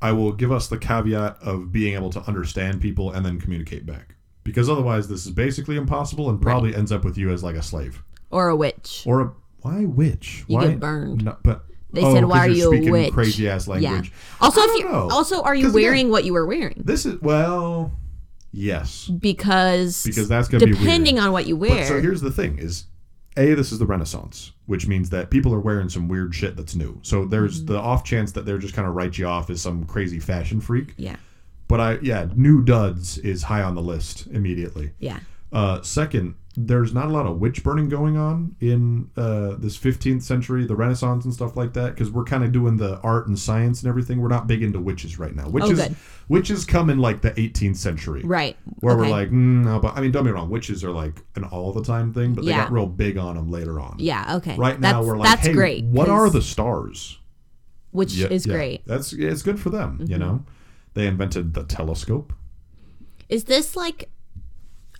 I will give us the caveat of being able to understand people and then communicate back. Because otherwise, this is basically impossible and probably ends up with you as like a slave
Or a witch.
or a why witch?
You
why
get burned.
No, but
They
oh,
said,
'cause
Why are
you're
you
speaking
a witch?
Crazy ass language.
Yeah. Also
I
if
don't
you
know.
also are you
'Cause again-
wearing what you were wearing?
This is well, yes,
Because,
because that's gonna be weird.
depending on what you
But-
wear.
so here's the thing: is a this is the Renaissance, which means that people are wearing some weird shit that's new. So there's
Mm-hmm.
the off chance that they're just kind of write you off as some crazy fashion freak.
yeah.
But I yeah, new duds is high on the list immediately.
Yeah.
Uh, second, there's not a lot of witch burning going on in uh, this 15th century, the Renaissance and stuff like that, because we're kind of doing the art and science and everything. We're not big into witches right now. Witches,
Oh, good.
witches come in like the 18th century,
Right.
Where we're
Okay.
like, mm, no, but I mean, don't be wrong, witches are like an all the time thing, but they
Yeah.
got real big on them later on.
Yeah, okay.
Right
that's,
now, we're like,
that's
hey,
great.
what
'cause-
are the stars?
which
Yeah,
is
yeah.
great. Mm-hmm.
That's it's good for them, you know. They invented the telescope.
Is this like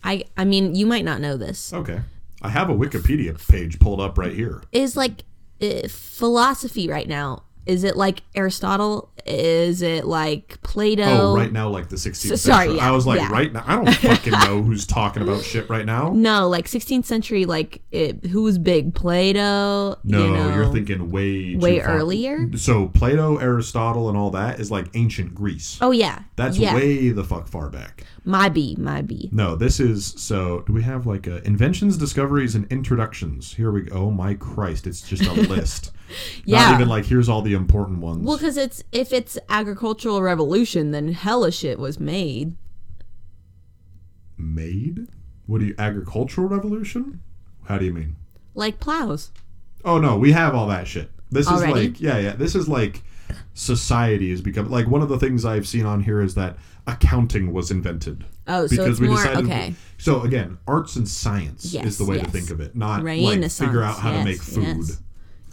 I I mean, you might not know this.
Okay. I have a Wikipedia page pulled up right here.
Is like uh, philosophy right now. Is it like Aristotle? Is it like Plato?
Oh, right now, like the 16th
So- sorry,
century.
yeah,
I was like,
yeah.
right now, I don't fucking know who's talking about shit right now.
No, like 16th century like it, who was big? Plato,
No,
you
you
know,
are thinking way
way
too far.
earlier?
So Plato, Aristotle, and all that is like ancient Greece.
Oh yeah.
That's
yeah.
way the fuck far back.
my B, my B.
No, this is so. Do we have like a, inventions, discoveries, and introductions? Here we go. Oh my Christ! It's just a list. Not
Yeah.
even like here's all the important ones.
Well, because it's if it's agricultural revolution, then hella shit was made.
Made? What do you? Agricultural revolution? How do you mean?
Like plows.
Oh no, we have all that shit. This is
Already?
like yeah, yeah. This is like society has become like one of the things I've seen on here is that accounting was invented.
Oh, so it's more okay.
So again, arts and science is
Yes,
the way to
yes.
think of it, not like
Renaissance.
figure out how
yes,
to make food.
yes.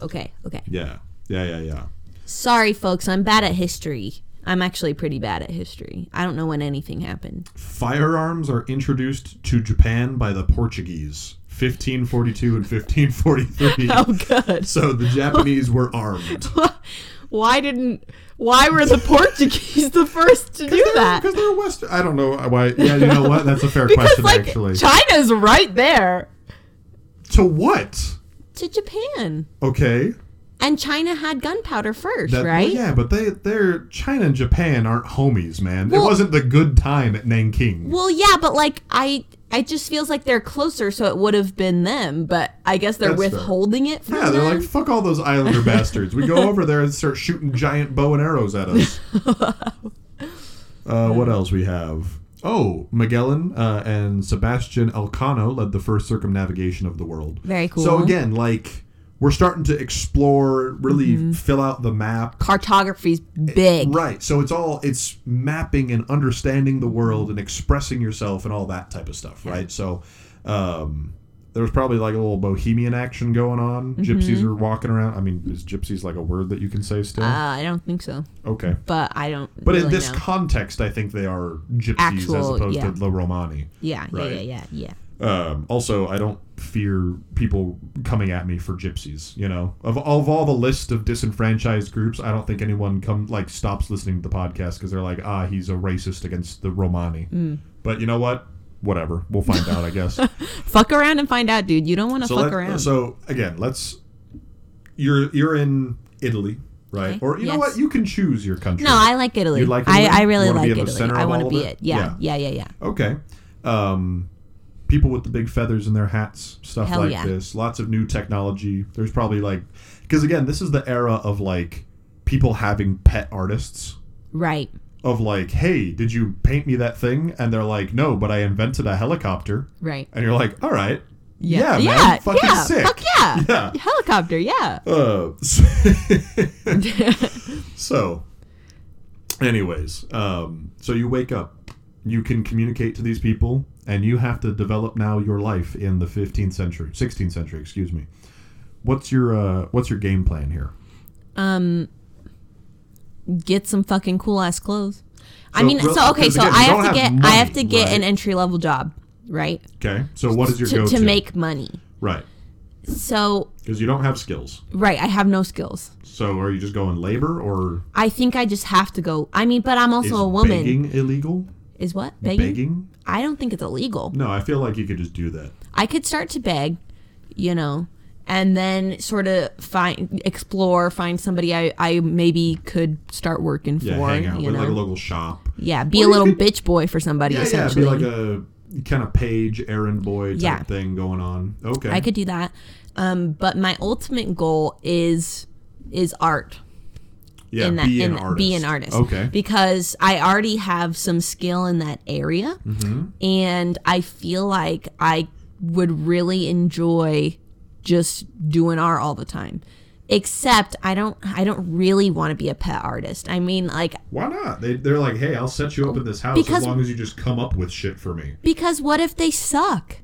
Okay, okay.
Yeah, yeah, yeah, yeah.
Sorry, folks. I'm bad at history. I'm actually pretty bad at history. I don't know when anything happened.
Firearms are introduced to Japan by the Portuguese, 1542 and 1543.
Oh, good.
So the Japanese were armed.
Why didn't? Why were the Portuguese the first to do that?
Because they're Western. I don't know why. Yeah, you know what? That's a fair
Because
question,
like
actually.
China's right there
to what?
to Japan,
Okay.
and China had gunpowder first,
That-
right?
Yeah, but they they're China and Japan aren't homies, man. it
Well-
wasn't the good time at Nanking.
Well, yeah, but like I, I just feels like they're closer, so it would have been them. But I guess they're
That's fair.
withholding it from
yeah, they're
them.
like fuck all those islander bastards. We go over there and start shooting giant bow and arrows at us. uh, what else we have? Oh, Magellan uh, and Sebastian Elcano led the first circumnavigation of the world.
Very cool.
So again, like we're starting to explore, really
Mm-hmm.
fill out the map.
Cartography's
eh,
big.
Right. So it's all it's mapping and understanding the world and expressing yourself and all that type of stuff, right? So um there was probably like a little bohemian action going on.
Mm-hmm.
Gypsies were walking around. I mean, is gypsies like a word that you can say still?
Uh, I don't think so,
okay.
but I don't.
But in
really
this
know.
context, I think they are gypsies as
Actual,
opposed
yeah.
to La Romani.
yeah,
right.
yeah, yeah, yeah, yeah.
Um, also, I don't fear people coming at me for gypsies. You know, of of all the list of disenfranchised groups, I don't think anyone come like stops listening to the podcast because they're like, ah, he's a racist against the Romani.
Hmm.
But you know what? Whatever. We'll find out, I guess.
Fuck around and find out, dude. You don't want to
so
fuck
let-
around.
So again, let's. You're you're in Italy, right?
Okay.
Or you know
Yes.
what? You can choose your country.
no, I like Italy.
You like Italy?
I, I really
You wanna
like
be in the
Italy.
center
I
of
want
all
to
of
be
it?
it. Yeah, yeah, yeah, yeah.
Okay. Um, people with the big feathers in their hats, stuff
Hell
like
yeah.
this. Lots of new technology. There's probably like, because again, this is the era of like people having pet artists.
Right.
Of like, hey, did you paint me that thing? And they're like, no, but I invented a helicopter.
Right.
And you're like, all right, yeah,
Yeah.
man,
Yeah.
fucking
yeah.
sick.
Fuck yeah.
yeah.
Helicopter. Yeah.
Uh, so- so, anyways, um, so you wake up, you can communicate to these people, and you have to develop now your life in the 15th century, 16th century, excuse me. What's your uh, what's your game plan here?
um. Get some fucking cool ass clothes. I
So,
mean,
real-
so okay,
because
so
again,
I
you don't
have
have
to get I
money,
have to get
right?
an entry level job, right?
Okay, so what is your
To,
go
to make money.
right?
So
Because you don't have skills,
right, I have no skills.
so are you just going labor or
I think I just have to go. I mean, but I'm also
is
a woman.
begging illegal?
Is what begging?
Begging?
I don't think it's illegal.
No, I feel like you could just do that.
I could start to beg, you know, and then sort of find, explore, find somebody I, I maybe could start working for.
Yeah, hang out
you
with
know,
like a local shop.
yeah, be
Or
a
you
little
could-
bitch boy for somebody.
Yeah, yeah, be
essentially,
like a kind of page errand boy type
Yeah.
thing going on. Okay,
I could do that. Um, but my ultimate goal is is art.
yeah,
in that
be
in
an artist.
be an artist.
Okay,
Because I already have some skill in that area
Mm-hmm.
and I feel like I would really enjoy just doing art all the time. Except I don't I don't really want to be a pet artist. I mean like
why not? They, they're like, hey, I'll set you up in this house as
Because-
long as you just come up with shit for me.
because what if they suck?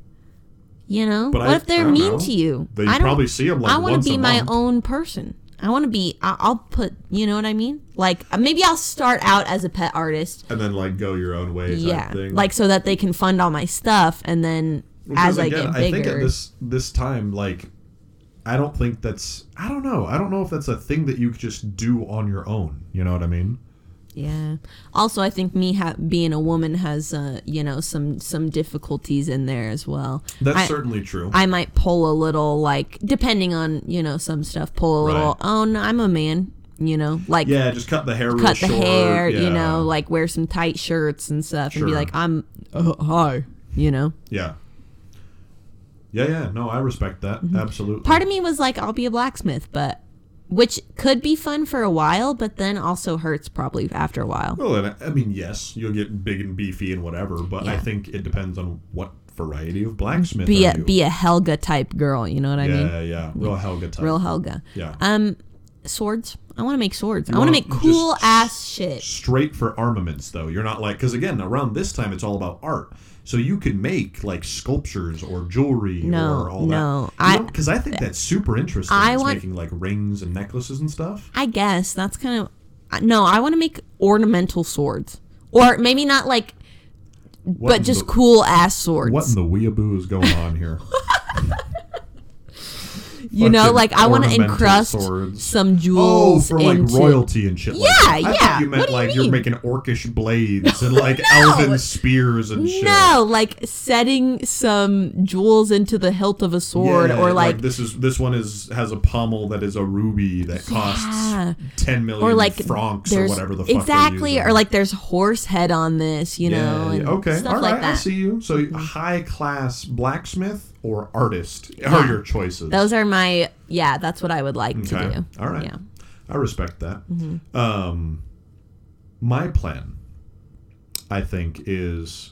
You know?
But
what
I-
if
I
they're
don't
mean
know.
to you?
They
I don't-
probably see them like
I want
once
to be
a
my
month.
own person. I want to be. I- I'll put. You know what I mean? Like uh, maybe I'll start out as a pet artist.
and then like go your own way. Type
Yeah,
thing.
like so that they can fund all my stuff, and then as
Because,
I
again,
get
I think at
bigger,
this this time, like, I don't think that's. I don't know. I don't know if that's a thing that you could just do on your own. You know what I mean?
yeah. Also, I think me ha- being a woman has, uh, you know, some some difficulties in there as well.
That's
I,
certainly true.
I might pull a little, like depending on you know some stuff, pull a
Right.
little. Oh no, I'm a man. You know, like
yeah, just cut the hair. real
cut the
short,
hair,
yeah.
you know, like wear some tight shirts and stuff, and be
Sure.
like, I'm uh, hi, you know.
Yeah. Yeah, yeah. No, I respect that. Absolutely.
Mm-hmm. Part of me was like, I'll be a blacksmith, but which could be fun for a while, but then also hurts probably after a while.
well, and I- I mean, yes, you'll get big and beefy and whatever, but I
Yeah.
think it depends on what variety of blacksmith
Be
are
a
you.
be a Helga type girl, you know what I mean?
yeah, yeah. Real Helga type.
Real Helga.
yeah.
Um, swords. I want to make swords. I want
wanna
to make cool
just-
ass shit.
Straight for armaments, though. You're not like because again, around this time, it's all about art. So you can make like sculptures or jewelry
No,
or all
no. I- eh,
that. because I think that's super interesting.
I
is
want-
making like rings and necklaces and stuff.
I guess that's kind of uh, no. I want to make ornamental swords, or maybe not like,
What in
but just
the-
cool ass swords.
what in the weeaboo is going on here?
you know,
fucking
like I want to
ornamental
encrust
swords.
some
Oh,
jewels
for like
into-
royalty and shit. Yeah, like that. I
Yeah,
thought
yeah.
you meant
What do you
like are
mean?
making orcish blades and like elven spears and shit.
No, like setting some jewels into the hilt of a sword,
Yeah,
or like,
this is this one is has a pommel that is a ruby that
Yeah.
costs ten million
or like
francs or
there's
whatever the fuck they're
exactly,
using.
or like there's horse head on this, you
yeah,
know,
yeah,
and
okay,
stuff
all right,
like
I
that. Mm-hmm.
see you. So high class blacksmith or artist are
Yeah.
your choices.
Those are my yeah. That's what I would like to
Okay.
do.
All right.
Yeah.
I respect that. Um, my plan, I think, is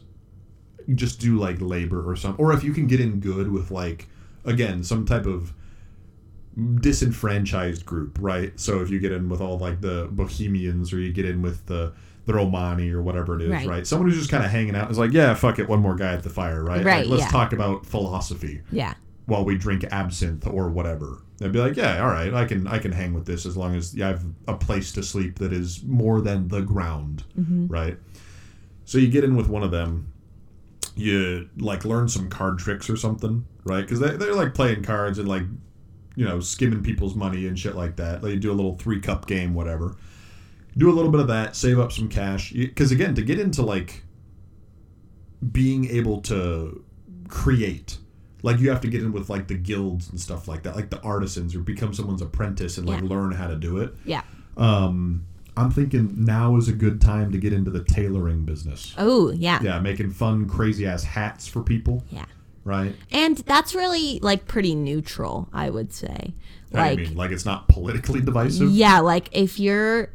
just do like labor or something. Or if you can get in good with like, again, some type of disenfranchised group, right? So if you get in with all like the Bohemians or you get in with the the Romani or whatever it is, right?
Right.
Someone who's just kind of hanging out is like, yeah, fuck it, one more guy at the fire, right? Like,
Right,
let's
yeah.
talk about philosophy
Yeah.
while we drink absinthe or whatever. I'd be like, yeah, all right, I can I can hang with this as long as I have a place to sleep that is more than the ground, right? So you get in with one of them, you like learn some card tricks or something, right? Because they, they're like playing cards and like, you know, skimming people's money and shit like that. They do a little three cup game, whatever. Do a little bit of that, save up some cash. Because again, to get into like being able to create, like you have to get in with like the guilds and stuff like that, like the artisans or become someone's apprentice and like
Yeah.
learn how to do it.
Yeah.
Um, I'm thinking now is a good time to get into the tailoring business.
Oh, yeah.
Yeah, making fun, crazy ass hats for people,
Yeah.
right?
And that's really like pretty neutral, I would say.
I
Like,
mean, like it's not politically divisive.
yeah, like if you're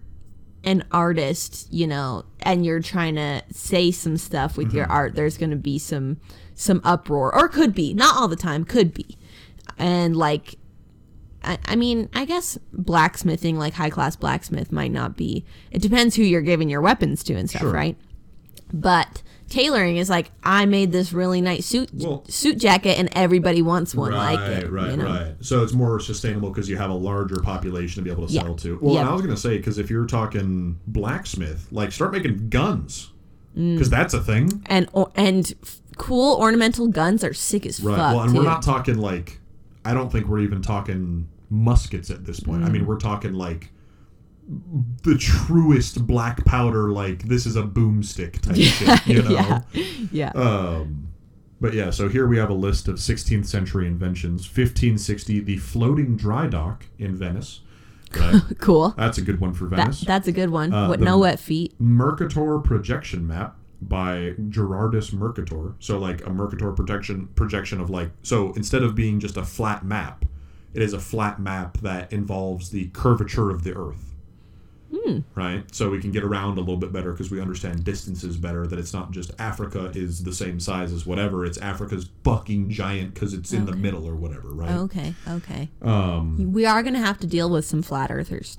an artist, you know, and you're trying to say some stuff with
Mm-hmm.
your art, there's going to be some some uproar or could be, not all the time, could be. And like I, I mean, I guess blacksmithing, like high class blacksmith, might not be. It depends who you're giving your weapons to and stuff,
Sure.
right? But tailoring is like I made this really nice suit
Well-
suit jacket, and everybody wants one
Right,
like it.
right,
you know?
right. So it's more sustainable because you have a larger population to be able to
Yeah.
sell to. Well,
Yeah.
and I was gonna say because if you're talking blacksmith, like start making guns
Mm.
because that's a thing.
And or, and f- cool ornamental guns are sick as
Right.
fuck.
well, and we're
too.
not talking like I don't think we're even talking muskets at this point. I
Mm.
mean, we're talking like the truest black powder like this is a boomstick type shit, you know.
yeah. yeah.
Um but yeah, so here we have a list of 16th century inventions. 1560, the floating dry dock in Venice. Right.
cool.
That's a good one for
That,
Venice.
that's a good one.
Uh,
what
the-
no wet feet.
Mercator projection map by Gerardus Mercator. So like a Mercator projection projection of like so instead of being just a flat map, it is a flat map that involves the curvature of the Earth. Right, so we can get around a little bit better because we understand distances better. That it's not just Africa is the same size as whatever. It's Africa's fucking giant because it's in the middle or whatever. Right.
Okay. Okay.
Um,
We are gonna have to deal with some flat earthers.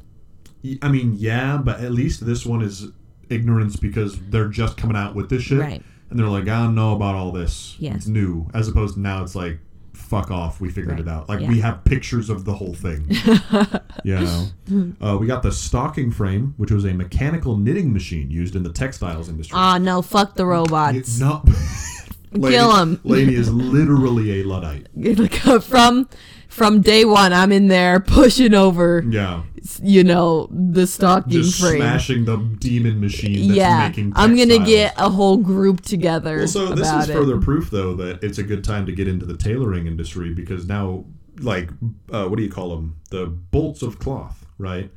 Y- I mean, yeah, but at least this one is ignorance because they're just coming out with this shit.
Right.
And they're like, I don't know about all this.
Yeah.
It's new. As opposed to now, it's like, fuck off. We figured it
Right.
out. Like,
Yeah.
we have pictures of the whole thing. you know? Uh, we got the stocking frame, which was a mechanical knitting machine used in the textiles industry.
Ah, no. Fuck the robots.
no. Lady-
Kill 'em.
Lady is literally a Luddite.
uh, from from day one, I'm in there pushing over.
Yeah.
You know the stocking
Just
frame.
smashing the demon machine that's
yeah,
making
I'm gonna
textiles.
get a whole group together.
Well, so this
about
is
it.
further proof, though, that it's a good time to get into the tailoring industry because now, like, uh, what do you call them? The bolts of cloth, right?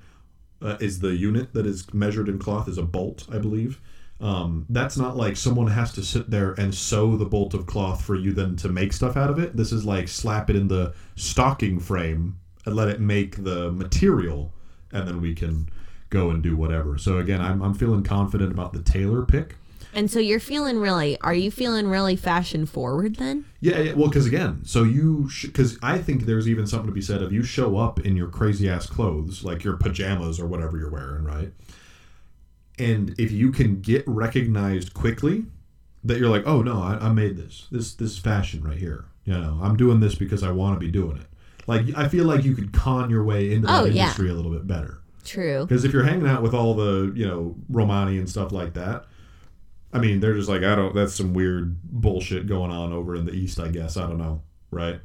Uh, is the unit that is measured in cloth is a bolt, I believe. Um, that's not like someone has to sit there and sew the bolt of cloth for you then to make stuff out of it. This is like slap it in the stocking frame and let it make the material, and then we can go and do whatever. So again, I'm, I'm feeling confident about the tailor pick.
And so you're feeling really? Are you feeling really fashion forward then?
Yeah, yeah well, because again, so you because I think there's even something to be said of you show up in your crazy ass clothes, like your pajamas or whatever you're wearing, right? And if you can get recognized quickly, that you're like, oh no, I, I made this. This this is fashion right here. You know, I'm doing this because I want to be doing it. Like I feel like you could con your way into that
Oh, yeah.
industry a little bit better.
True.
Because if you're hanging out with all the, you know, Romani and stuff like that, I mean, they're just like, I don't, that's some weird bullshit going on over in the East, I guess. I don't know. Right.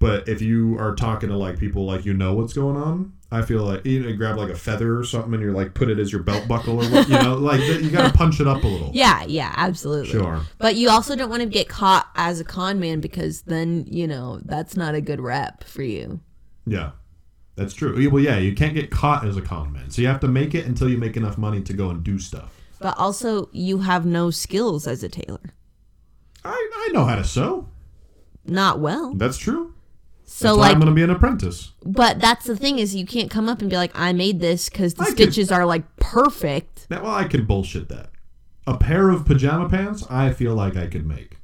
But if you are talking to like people like you know what's going on, I feel like you know, you grab like a feather or something and you're like, put it as your belt buckle or what, you know, like you got to punch it up a little.
Yeah, yeah, absolutely.
Sure.
But you also don't want to get caught as a con man because then, you know, that's not a good rep for you.
Yeah. That's true. Yeah, Well, yeah, you can't get caught as a con man. So you have to make it until you make enough money to go and do stuff.
But also, you have no skills as a tailor.
I, I know how to sew.
Not well.
That's true.
So,
That's why
like,
I'm going to be an apprentice.
but that's the thing is you can't come up and be like, I made this because the
I could-
stitches are like perfect.
Now, well, I can bullshit that. A pair of pajama pants, I feel like I could make.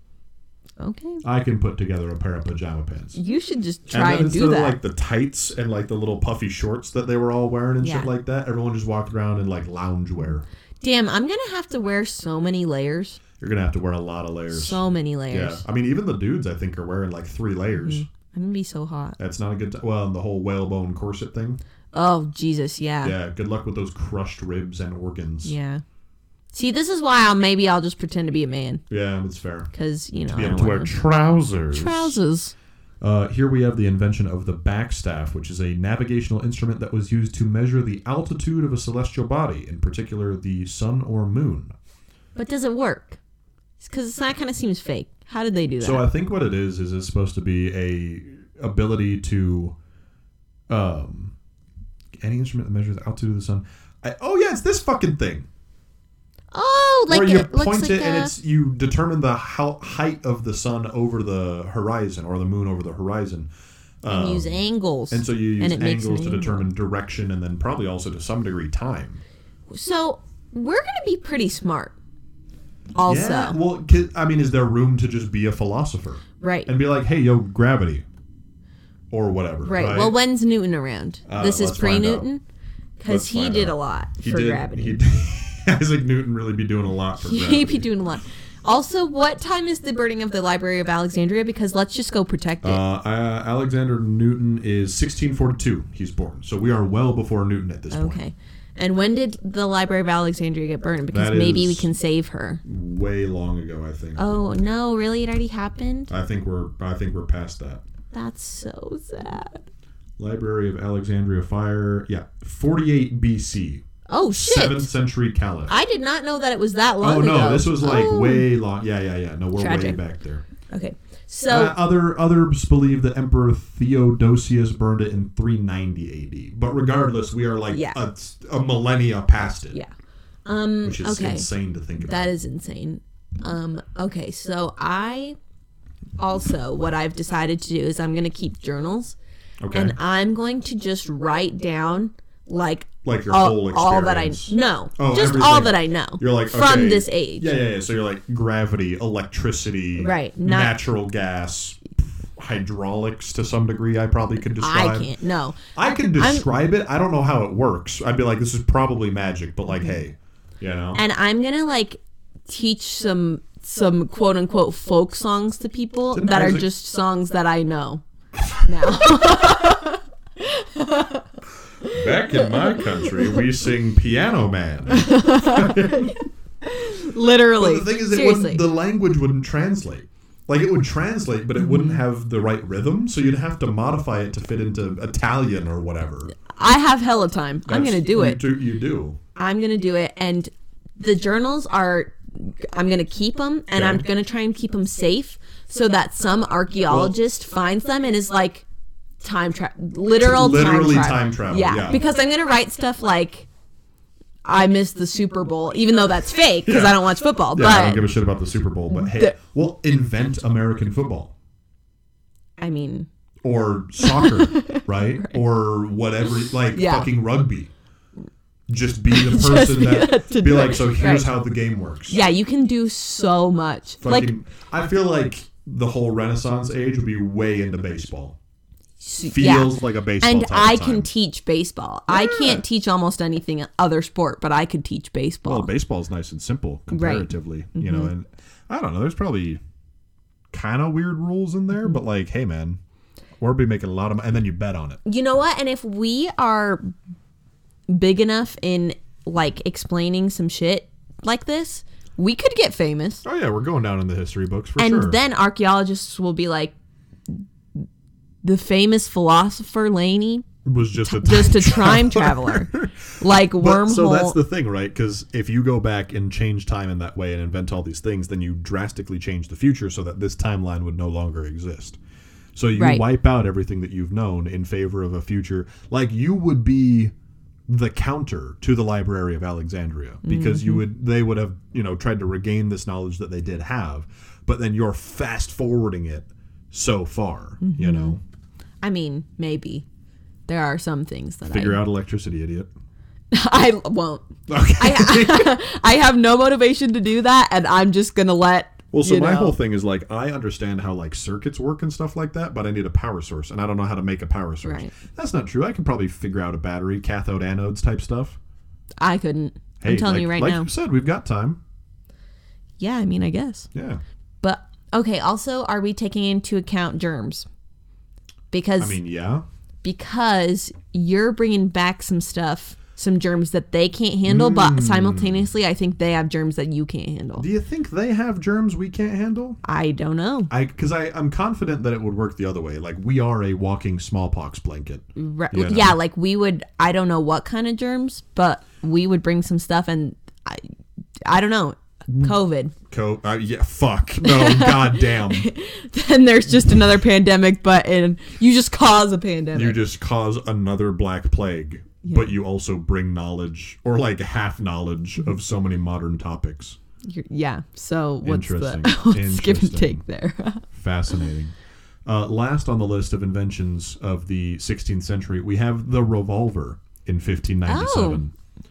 Okay.
I can put together a pair of pajama pants.
You should just try and,
instead
do
of
that.
like the tights and like the little puffy shorts that they were all wearing and
Yeah.
shit like that, everyone just walked around in like loungewear.
Damn, I'm going to have to wear so many layers.
You're gonna have to wear a lot of layers.
So many
yeah,
layers. Mm-hmm.
I mean, even the dudes I think are wearing like three layers.
I'm gonna be so hot.
That's not a good. T- well, the whole whalebone corset thing.
Oh Jesus, yeah. yeah,
Yeah, good luck with those crushed ribs and organs.
See, this is why I'll maybe I'll just pretend to be a man
Yeah, that's fair.
because you know
Be
I
able
don't
to wear
wanna-
trousers.
trousers.
Uh, here we have the invention of the backstaff, which is a navigational instrument that was used to measure the altitude of a celestial body, in particular the sun or moon.
But does it work? Because that kind of seems fake. How did they do that?
So I think what it is is it's supposed to be a ability to, um, any instrument that measures the altitude of the sun. I, oh yeah, it's this fucking thing
oh, like
where you
it looks
point
like
it
a,
and it's you determine the how, height of the sun over the horizon or the moon over the horizon.
and use angles.
um, And so you use
And it makes an
angles to
angle.
determine direction and then probably also to some degree time.
So we're gonna be pretty smart. Also,
Yeah. Well, 'cause- I mean, is there room to just be a philosopher
right,
and be like, hey, yo, gravity or whatever?
right, Well, when's Newton around?
Uh,
this is
let's find out.
pre-Newton because
Let's
he
find
did
out.
a lot
he
for
did,
gravity.
He Isaac Newton really be doing a lot for
he be
gravity.
doing a lot. Also, what time is the burning of the Library of Alexandria? Because let's just go protect it.
Uh, uh, Alexander Newton is 1642. He's born, so we are well before Newton at this point.
okay. And when did the Library of Alexandria get burned? Because
That
maybe we
is-
can save her.
Way long ago, I think.
Oh no! Really, it already happened.
I think we're I think we're past that.
That's so sad.
Library of Alexandria fire. Yeah, 48 BC.
Oh shit!
Seventh century Caliph.
I did not know that it was that long
Oh
ago.
no, this was like
Oh.
way long. Yeah, yeah, yeah. No, we're way
Tragic.
back there.
Okay, so
Uh, other others believe that Emperor Theodosius burned it in 390 AD. But regardless, we are like
Yeah.
a, a millennia past it.
yeah, um,
Which is
okay,
insane to think about.
that is insane. Um, okay, so I also what I've decided to do is I'm gonna keep journals,
okay.
and I'm going to just write down like
like your whole
all,
experience.
all that I know,
Oh,
just all
everything.
that I know.
You're like
from
okay,
this age.
Yeah, yeah, yeah. So you're like gravity, electricity,
Right, not-
natural gas, hydraulics to some degree. I probably could describe.
I can't. No,
I can describe it. I don't know how it works. I'd be like, this is probably magic, but like, hey, you know.
and I'm gonna like teach some some quote unquote folk songs to people
Didn't
that are
Isaac-
just songs that I know. Now,
Back in my country, we sing Piano Man.
literally.
the thing is, it
seriously.
wouldn't, the language wouldn't translate. Like it would translate, but it wouldn't
Mm-hmm.
have the right rhythm, so you'd have to modify it to fit into Italian or whatever.
I have hella time. I'm
That's-
gonna do
you
it.
Do, you do.
I'm gonna do it. And the journals are, I'm gonna keep them, and I'm
Okay.
gonna try and keep them safe so that some archaeologist finds them and is like, time travel, literal
Literally
time,
time travel, yeah.
because I'm gonna write stuff like. I missed the Super Bowl, even though that's fake because
Yeah.
I don't watch football.
Yeah, I don't
but
give a shit about the Super Bowl, but hey,
The-
we'll invent American football
I mean,
or soccer, right? Or whatever, like
Yeah.
fucking rugby. Just be the person that
to
be
do
like.
it.
So here's
Right.
how the game works.
yeah, you can do so much. like,
Fucking, I feel like the whole Renaissance age would be way into baseball.
s- yeah.
Feels like a baseball.
and
type of
I
time.
can teach baseball. I can't teach almost anything other sport, but I could teach
Well,
baseball.
baseball's nice and simple comparatively, you
Mm-hmm.
know. And I don't know. There's probably kind of weird rules in
Mm-hmm.
there, but like, hey, man, we'll be making a lot of, mo- and then you bet on it.
you know what? And if we are big enough in like explaining some shit like this, we could get famous.
Oh yeah, we're going down in the history books for
and
sure.
then archaeologists will be like, the famous philosopher Laney,
was just a
just a time traveler, like
But-
wormhole.
so that's the thing, right? Because if you go back and change time in that way and invent all these things, then you drastically change the future so that this timeline would no longer exist. So you
Right.
wipe out everything that you've known in favor of a future. Like you would be the counter to the Library of Alexandria because
Mm-hmm.
you would they would have you know tried to regain this knowledge that they did have, but then you're fast forwarding it so far.
Mm-hmm.
You know,
I mean, maybe there are some things that
figure out electricity, idiot.
I, I won't.
Okay.
I, I have no motivation to do that, and I'm just gonna let.
Well, so
you
my
know.
whole thing is like I understand how like circuits work and stuff like that, but I need a power source, and I don't know how to make a power source.
Right.
That's not true. I can probably figure out a battery, cathode, anodes type stuff.
I couldn't.
Hey,
I'm telling
like,
you right
like
now.
you said, we've got time.
Yeah, I mean, I guess.
Yeah.
But okay. Also, are we taking into account germs? because
I mean, yeah.
because you're bringing back some stuff, some germs that they can't handle,
Hmm.
but simultaneously, I think they have germs that you can't handle.
Do you think they have germs we can't handle?
I don't know.
I because I I'm confident that it would work the other way. Like we are a walking smallpox blanket.
Re-
Yeah,
yeah,
no.
like we would. I don't know what kind of germs, but we would bring some stuff, and I, I don't know.
Hmm.
COVID.
Co- uh, yeah, fuck. No, goddamn.
Then there's just another pandemic, but in, you just cause a pandemic.
You just cause another black plague, but you also bring knowledge or like half knowledge
Mm-hmm.
of so many modern topics.
You're- yeah. So what's the
Interesting.
what's give and
Interesting.
take there?
Fascinating. Uh, last on the list of inventions of the 16th century, we have the revolver in 1597.
Oh.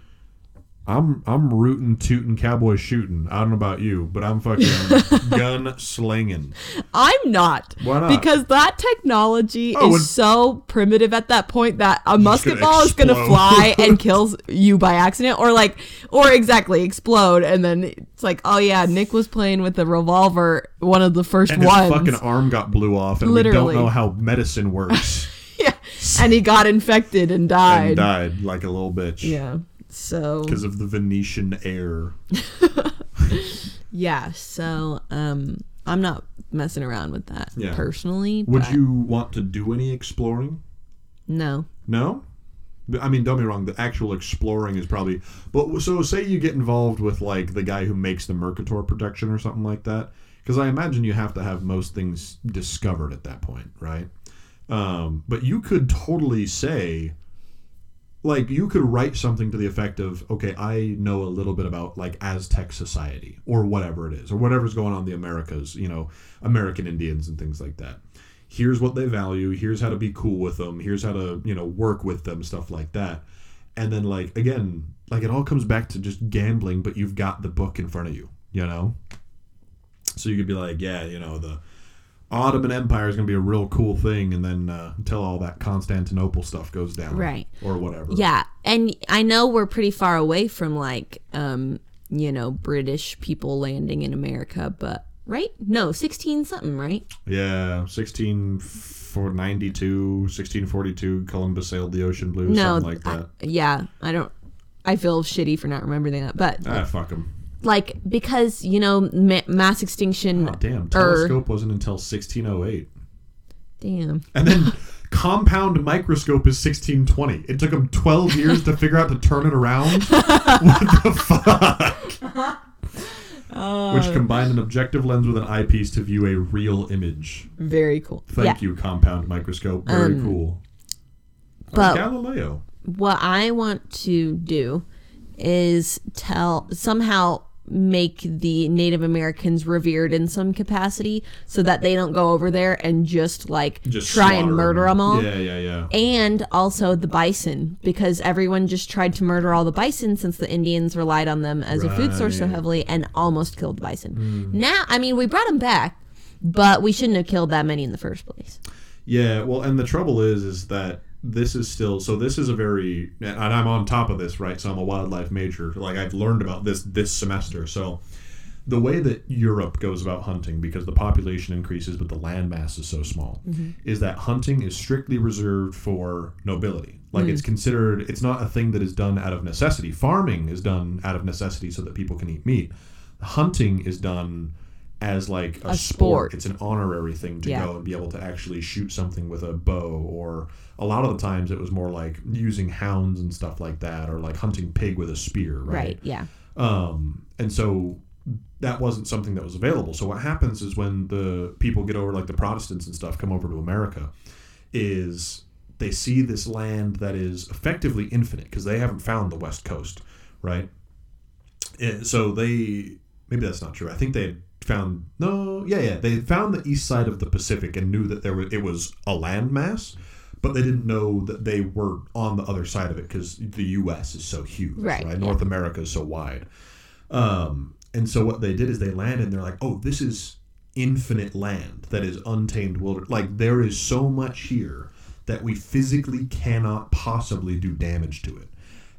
I'm I'm rooting, tooting, cowboy shooting. I don't know about you, but I'm fucking gun slinging.
I'm not.
Why not?
Because that technology
Oh,
is
and-
so primitive at that point that a musket
gonna
ball is going to
explode.
fly and kills you by accident, or like, or exactly explode, and then it's like, oh yeah, Nick was playing with the revolver, one of the first
And his
ones,
fucking arm got blew off, and we
Literally.
don't know how medicine works.
yeah, and he got infected and died.
and died like a little bitch.
Yeah. So
Because of the Venetian air.
yeah, so um, I'm not messing around with that
Yeah.
personally.
Would
but
you want to do any exploring?
No.
No? But, I mean, don't be wrong. The actual exploring is probably. But so, say you get involved with like the guy who makes the Mercator protection or something like that. Because I imagine you have to have most things discovered at that point, right? Um, but you could totally say, like, you could write something to the effect of, "Okay, I know a little bit about like Aztec society or whatever it is, or whatever's going on in the Americas, you know, American Indians and things like that." here's what they value here's how to be cool with them here's how to you know work with them stuff like that and then like again like it all comes back to just gambling but you've got the book in front of you you know so you could be like yeah you know the ottoman empire is going to be a real cool thing and then uh, until all that constantinople stuff goes down
Right.
or whatever
Yeah, and I know we're pretty far away from like um, you know, British people landing in America, but right? No, 16 something, right?
yeah 16 492 1642 columbus sailed the ocean blue
No.
something like
I-
that
yeah, I don't I feel shitty for not remembering that, but
ah fuck them
like because, you know, ma- mass extinction
damn
or-
telescope wasn't until 1608
damn.
And then compound microscope is 1620. It took them 12 years to figure out to turn it around. what the fuck?
Uh.
Which combined an objective lens with an eyepiece to view a real image.
Very cool.
Thank you, compound microscope. Very cool. Or
Um, but-
Galileo.
what I want to do is tell somehow make the Native Americans revered in some capacity so that they don't go over there and just like
Just
try
slaughter
and murder them all.
Yeah, yeah, yeah.
And also the bison, because everyone just tried to murder all the bison since the Indians relied on them as a food source so
Right. Hmm.
heavily and almost killed bison. Now, I mean, we brought them back, but we shouldn't have killed that many in the first place.
Yeah, well, and the trouble is, is that this is still so. This is a very, and I'm on top of this, right? So I'm a wildlife major. Like I've learned about this this semester. So the way that Europe goes about hunting, because the population increases but the landmass is so small, is that hunting is strictly reserved for nobility. Like it's considered, it's not a thing that is done out of necessity. Farming is done out of necessity so that people can eat meat. Hunting is done as like a, sport.
sport.
It's an honorary thing to
Yeah.
go and be able to actually shoot something with a bow. Or a lot of the times it was more like using hounds and stuff like that, or like hunting pig with a spear,
Right. Yeah.
um, and so that wasn't something that was available. So what happens is when the people get over, like the Protestants and stuff, come over to America, is they see this land that is effectively infinite because they haven't found the West Coast, right? And so they maybe that's not true. I think they had found no, yeah, yeah, they had found the east side of the Pacific and knew that there was it was a landmass. But they didn't know that they were on the other side of it because the U.S. is so huge,
Right, yeah.
North America is so wide, um, and so what they did is they landed and they're like, oh, this is infinite land that is untamed wilderness. Like there is so much here that we physically cannot possibly do damage to it.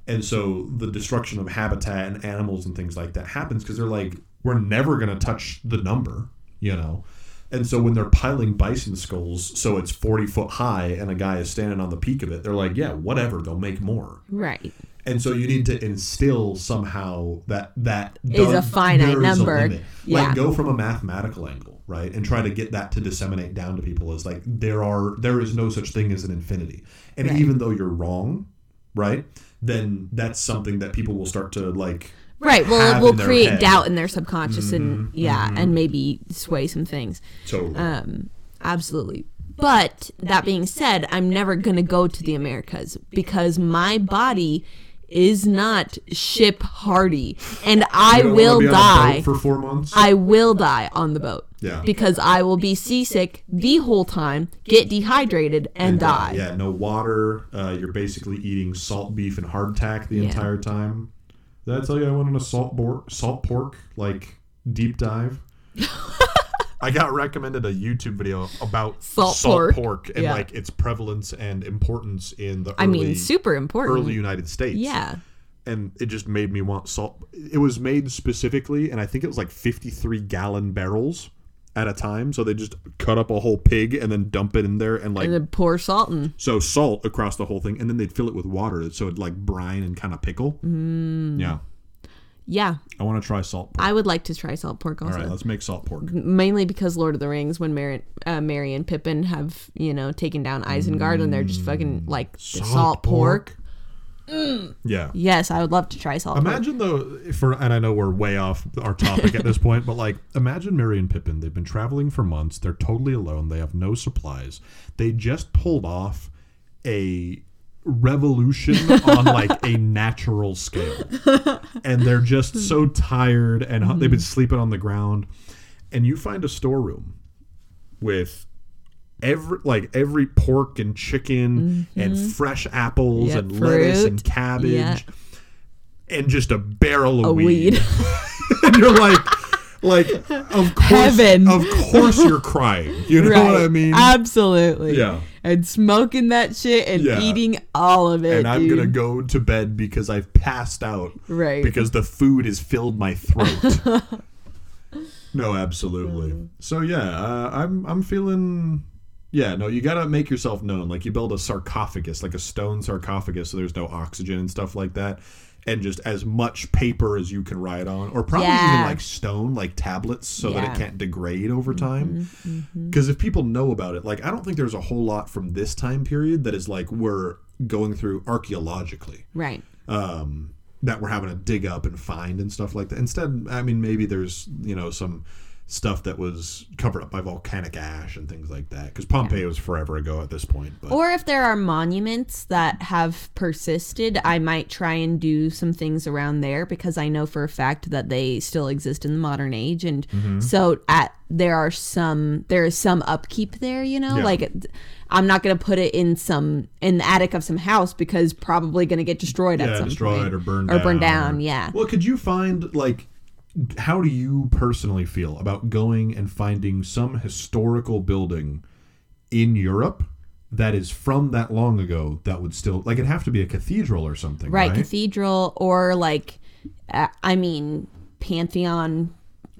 And so the destruction of habitat and animals and things like that happens because they're like, we're never going to touch the number, you know? And so when they're piling bison skulls, so it's 40 foot high and a guy is standing on the peak of it, they're like, yeah, whatever, they'll make more.
Right.
And so you need to instill somehow that that
Is a finite
there is a
number.
limit.
Yeah.
Like go from a mathematical angle, right, and try to get that to disseminate down to people as like there are there is no such thing as an infinity, and even though you're wrong, right, then that's something that people will start to like.
Right. Well,
have
it will
in their
create
head. Mm-hmm.
doubt in their subconscious and yeah, and maybe sway some things.
Totally.
Um, absolutely. But that being said, I'm never going to go to the Americas because my body is not ship hardy and I
You don't wanna
will
be on a boat
die.
for four months.
I will die on the boat.
Yeah.
Because I will be seasick the whole time, get dehydrated, and, die.
uh, Yeah, no water. Uh, you're basically eating salt beef and hardtack the entire time. Did I tell you I went on a salt bor- salt pork like deep dive? I got recommended a YouTube video about
Salt
salt,
pork.
pork. and
Yeah.
like its prevalence and importance in the early,
I mean, super important.
early United States.
Yeah.
And it just made me want salt. It was made specifically, and I think it was like 53 gallon barrels at a time. So they just cut up a whole pig and then dump it in there and like
And then pour salt in.
so salt across the whole thing, and then they'd fill it with water, so it'd like brine and kind of pickle.
Mm.
Yeah,
Yeah.
I want to try salt pork.
I would like to try salt pork also.
All right, let's make salt pork.
mainly because Lord of the Rings, when Mary, uh, Mary and Pippin have you know taken down Isengard, and they're just fucking
Mm.
like the salt, pork.
Yeah.
Yes, I would love to try salt. pork.
Imagine though, for and I know we're way off our topic at this point, but like, imagine Mary and Pippin. They've been traveling for months. They're totally alone. They have no supplies. They just pulled off a revolution on like a natural scale, and they're just so tired and hu- they've been sleeping on the ground. And you find a storeroom with every like every pork and chicken and fresh apples
Yeah,
and lettuce
fruit.
and cabbage
Yeah.
and just a barrel of
A
weed.
weed.
and you're like like of course
Heaven.
of course you're crying. You know what I mean?
Absolutely.
Yeah.
And smoking that shit and
Yeah.
eating all of it.
and I'm
dude.
gonna go to bed because I've passed out.
Right.
Because the food has filled my throat. no, absolutely. So yeah, uh, I'm I'm feeling. Yeah, no, you gotta make yourself known. Like you build a sarcophagus, like a stone sarcophagus, so there's no oxygen and stuff like that. And just as much paper as you can write on, or probably
Yeah.
even like stone, like tablets, so
Yeah. Mm-hmm,
that it can't degrade over time. Because if people know about it, like I don't think there's a whole lot from this time period that is like we're going through archaeologically
Right.
um, that we're having to dig up and find and stuff like that. Instead, I mean, maybe there's you know some stuff that was covered up by volcanic ash and things like that. Because Pompeii was forever ago at this point, but
Or if there are monuments that have persisted, I might try and do some things around there because I know for a fact that they still exist in the modern age, and
Mm-hmm.
so at there are some there is some upkeep there. You know,
Yeah.
like it- I'm not going to put it in some in the attic of some house because probably going to get destroyed at
yeah,
some
destroyed
point.
or burned
or
down.
burned down. Yeah.
Well, could you find like how do you personally feel about going and finding some historical building in Europe that is from that long ago that would still like it'd have to be a cathedral or something,
right,
right?
cathedral or like, uh, I mean, pantheon.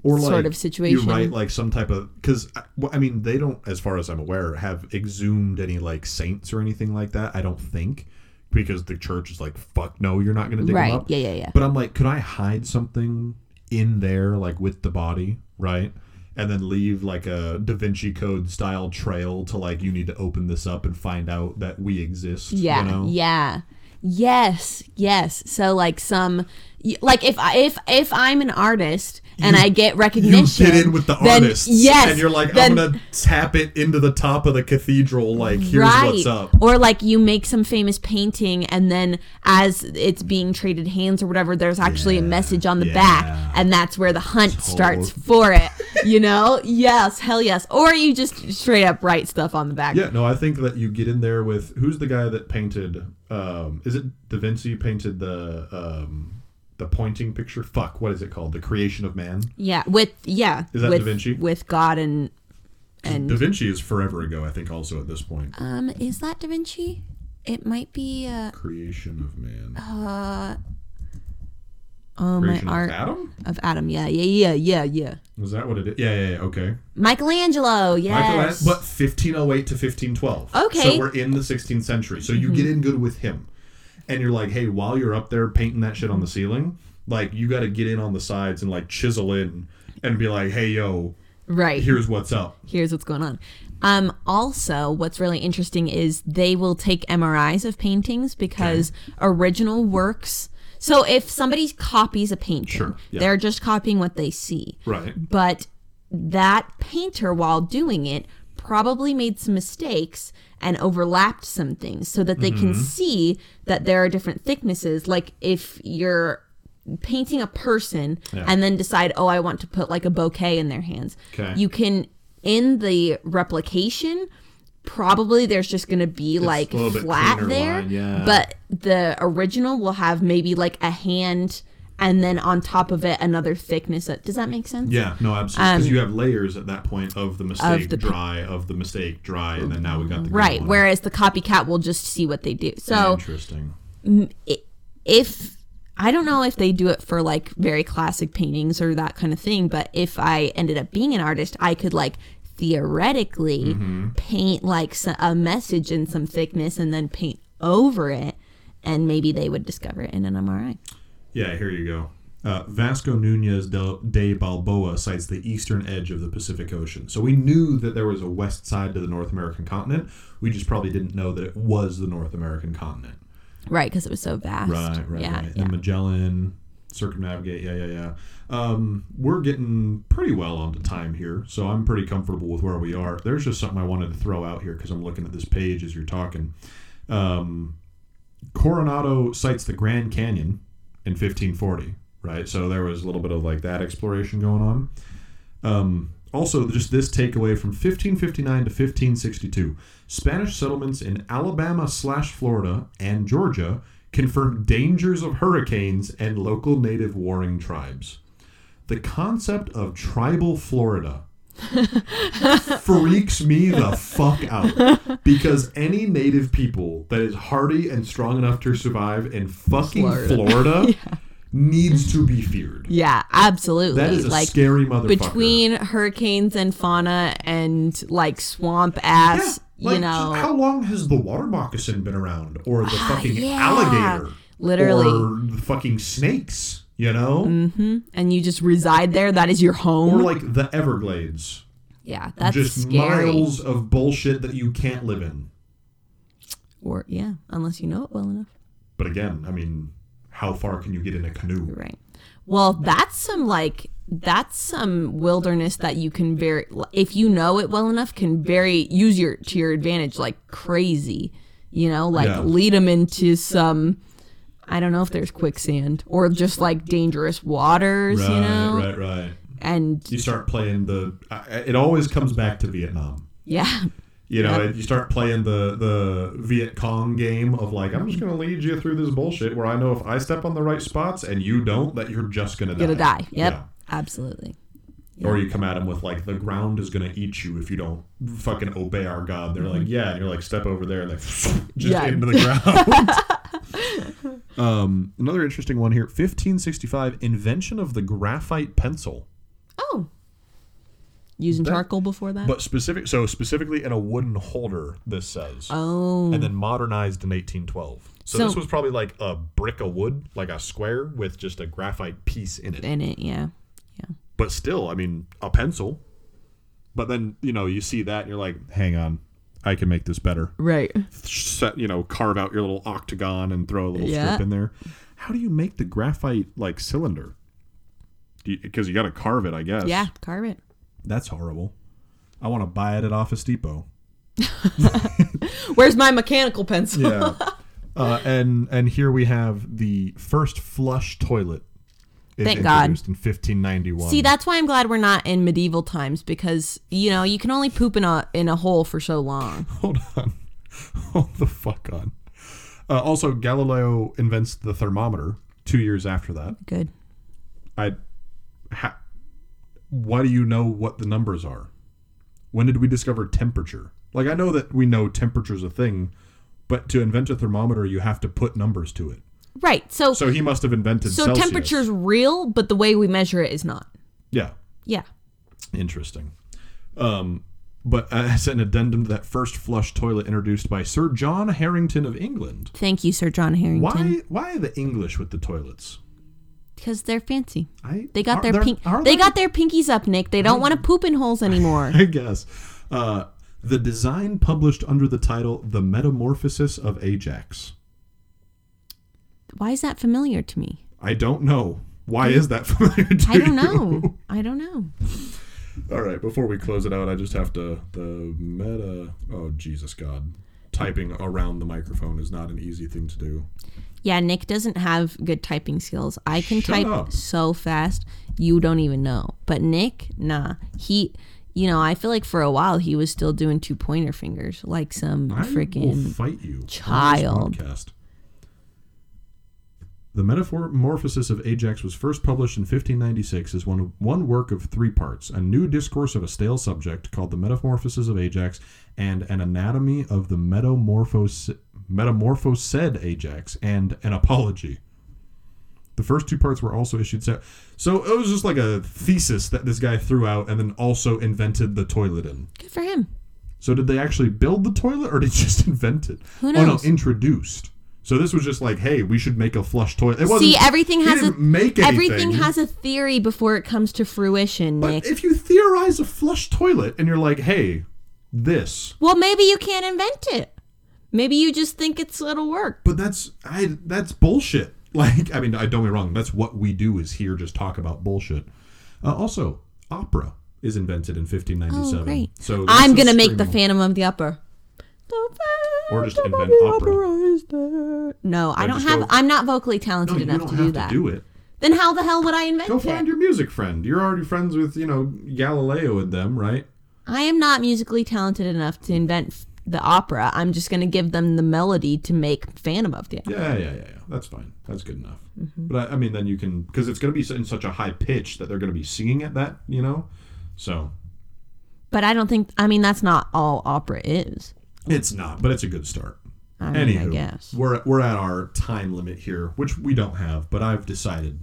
or
sort of situation.
You write like some type of because I mean they don't, as far as I'm aware, have exhumed any like saints or anything like that. I don't think because the church is like, fuck no, you're not going to dig 'em
Right.
up.
Yeah, yeah, yeah.
But I'm like, could I hide something in there, like with the body, right? And then leave like a Da Vinci Code style trail to like, you need to open this up and find out that we exist.
Yeah,
You know?
yeah, yes, yes. So like some, y- like if I if if I'm an artist and I get
You
recognition,
get in with the
then
artists,
yes,
and you're like,
then-
I'm gonna tap it into the top of the cathedral. Like, here's
right.
what's up.
Or like you make some famous painting, and then as it's being traded hands or whatever, there's actually a
Yeah,
message on the
yeah.
back, and that's where the hunt starts
Tot-
for it. You know? yes, hell yes. Or you just straight up write stuff on the back.
Yeah, no, I think that you get in there with who's the guy that painted? Um, is it Da Vinci painted the um, the pointing picture? Fuck, what is it called? The Creation of Man.
Yeah, with yeah,
Is that Da
with,
Vinci?
with God and and
Da Vinci is forever ago, I think. Also at this point,
Um, is that Da Vinci? It might be. Uh,
Creation of Man.
Oh, my
Creation of
art
Adam?
of Adam. Yeah, yeah, yeah, yeah, yeah.
Was that what it is? Yeah, yeah, yeah. Okay.
Michelangelo. Yes.
Michelangelo, but 1508 to 1512.
Okay. Mm-hmm.
So we're in the 16th century. So you get in good with him. And you're like, hey, while you're up there painting that shit on
Mm-hmm.
the ceiling, like, you got to get in on the sides and, like, chisel in and be like, hey, yo,
Right.
here's what's up.
here's what's going on. Um, also, what's really interesting is they will take MRIs of paintings because original works. So if somebody copies a painting,
Sure, yeah.
they're just copying what they see.
Right.
But that painter, while doing it, probably made some mistakes and overlapped some things so that they can
Mm-hmm.
see that there are different thicknesses. Like if you're painting a person
Yeah.
and then decide, oh, I want to put like a bouquet in their hands,
Okay.
you can, in the replication, probably there's just going to be like
a little bit
flat
cleaner
there.
line, yeah.
But the original will have maybe like a hand. And then on top of it, another thickness. That, does that make sense?
Yeah, no, absolutely. Because you have layers at that point of the mistake
Um, the pa-
dry, of the mistake dry, and then now we got the good
Right.
one.
Whereas the copycat will just see what they do. So
Interesting.
i- if I don't know if they do it for like very classic paintings or that kind of thing, but if I ended up being an artist, I could like theoretically
Mm-hmm.
paint like s- a message in some thickness and then paint over it. And maybe they would discover it in an MRI.
Yeah, here you go. Uh, Vasco Nunez del- de Balboa cites the eastern edge of the Pacific Ocean. So we knew that there was a west side to the North American continent. We just probably didn't know that it was the North American continent.
Right. Because it was so vast.
Right, right,
yeah,
right.
Yeah.
And Magellan, circumnavigate, yeah, yeah, yeah. Um, we're getting pretty well onto time here, so I'm pretty comfortable with where we are. There's just something I wanted to throw out here because I'm looking at this page as you're talking. Um, Coronado cites the Grand Canyon in 1540, right? So there was a little bit of like that exploration going on. Um, also, just this takeaway from 1559 to 1562 Spanish settlements in Alabama slash Florida and Georgia confirmed dangers of hurricanes and local native warring tribes. The concept of tribal Florida freaks me the fuck out because any native people that is hardy and strong enough to survive in fucking Florida,
Florida.
needs to be feared.
Yeah, absolutely.
That is a
like
scary motherfucker.
between hurricanes and fauna and like swamp ass,
Yeah, like,
you know. Uh,
how long has the water moccasin been around, or the fucking
yeah.
alligator,
Literally. Mm-hmm.
or the fucking snakes? You know,
and you just reside there. That is your home.
or like the Everglades,
yeah, that's
just
scary.
miles of bullshit that you can't live in.
Or yeah, unless you know it well enough.
But again, I mean, how far can you get in a canoe?
Right. Well, that's some like that's some wilderness that you can very if you know it well enough can very use your to your advantage like crazy. You know, like
Yeah.
lead 'em lead them into some. I don't know if there's quicksand or just like dangerous waters, you know,
right, right.
and
You start playing the. I- It always comes back to Vietnam.
yeah,
You know, you start playing the the Viet Cong game of like, I'm just gonna lead you through this bullshit where I know if I step on the right spots and you don't, that you're just gonna
gonna die. Yep,
Yeah.
absolutely.
Or you come at them with like, the ground is gonna eat you if you don't fucking obey our god. They're like, yeah, and you're like, step over there, and like, just
Mm-hmm. Yeah.
into the ground. um, another interesting one here: 1565, invention of the graphite pencil.
Oh, using
That-
charcoal before that.
But specific, so specifically in a wooden holder, this says,
oh,
and then modernized in 1812. So,
So-
this was probably like a brick of wood, like a square with just a graphite piece in it.
in it, yeah.
But still, I mean, a pencil. But then you know you see that and you're like, hang on, I can make this better.
Right.
Set, you know, carve out your little octagon and throw a little
Yeah.
strip in there. How do you make the graphite like cylinder? Because you, got to carve it, I guess.
Yeah, carve it.
that's horrible. I want to buy it at Office Depot.
Where's my mechanical pencil?
yeah. Uh, and and here we have the first flush toilet. is
Thank God.
introduced In 1591.
See, that's why I'm glad we're not in medieval times because you know you can only poop in a in a hole for so long.
Hold on. Hold the fuck on. Uh, also, Galileo invents the thermometer two years after that.
Good.
I. Ha, why do you know what the numbers are? When did we discover temperature? Like, I know that we know temperature's a thing, but to invent a thermometer, you have to put numbers to it.
Right. So so,
So he must have invented Celsius.
temperature's real, but the way we measure it is not.
Yeah.
Yeah.
Interesting. Um, but as an addendum to that first flush toilet introduced by Sir John Harrington of England.
Thank you, Sir John Harrington.
Why why the English with the toilets?
Because they're fancy.
I
They got
are
their
there-
pink.
are
They
there- Hmm.
got their pinkies up, Nick. They don't want to poop in holes anymore.
I guess. Uh, the design published under the title The Metamorphosis of Ajax.
Why is that familiar to me?
I don't know. Why is that familiar to
I don't
you?
know. I don't know.
All right, before we close it out, I just have to the meta Oh Jesus God. Typing around the microphone is not an easy thing to do.
Yeah, Nick doesn't have good typing skills. I can
Shut
type
up.
so fast, you don't even know. But Nick, nah. He, you know, I feel like for a while he was still doing two pointer fingers, like some
I will
freaking.
fight you on this
child.
podcast. The Metamorphosis of Ajax was first published in 1596 as one one work of three parts: a new discourse of a stale subject called the Metamorphosis of Ajax, and an anatomy of the metamorphos metamorphosed Ajax, and an apology. The first two parts were also issued. Se- so it was just like a thesis that this guy threw out, and then also invented the toilet in.
Good for him.
So did they actually build the toilet or did they just invent it?
Who
Oh no,
knows?
introduced. So this was just like, hey, we should make a flush toilet. It wasn't,
See, everything
he
has a
didn't make anything,
everything has a theory before it comes to fruition,
But
Nick.
if you theorize a flush toilet and you're like, hey, this,
well, maybe you can't invent it. Maybe you just think it's it'll work.
but that's I that's bullshit. Like, I mean, I don't get me wrong. That's what we do is here just talk about bullshit. Uh, also, opera is invented in 1597.
Oh, great.
So that's
I'm
a
gonna make the
screaming-
Phantom of the Upper.
Or just invent opera.
opera. No, I don't
just
have.
go-
I'm not vocally
No,
talented
you
enough
don't
to
have to
do that.
do it.
Then how the hell would I invent
Go
it?
find your music friend. You're already friends with, you know, Galileo and them, right?
I am not musically talented enough to invent f- the opera. I'm just going to give them the melody to make Phantom of the Opera.
Yeah, yeah, yeah, yeah. That's fine. That's good enough.
Mm-hmm.
But I, I mean, then you can because it's going to be in such a high pitch that they're going to be singing at that, you know. So
But I don't think. I mean, that's not all opera is.
it's not, but it's a good start.
I mean,
Anywho,
I guess.
we're we're at our time limit here, which we don't have, but I've decided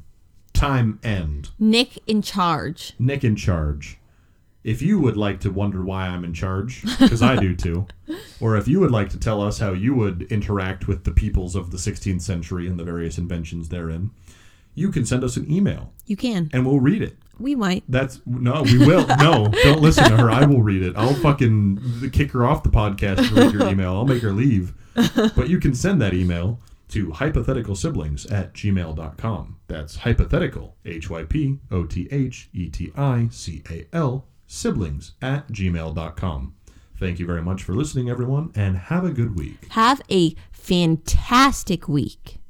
time end.
Nick in charge.
Nick in charge. If you would like to wonder why I'm in charge, because I do too, or if you would like to tell us how you would interact with the peoples of the 16th century and the various inventions therein, you can send us an email
You can.
and we'll read it.
We might.
That's no, we will. No, don't listen to her. I will read it. I'll fucking kick her off the podcast and read your email. I'll make her leave. But you can send that email to hypothetical siblings at gmail.com. That's hypothetical, H Y P O T H E T I C A L, siblings at gmail.com. Thank you very much for listening, everyone, and have a good week.
Have a fantastic week.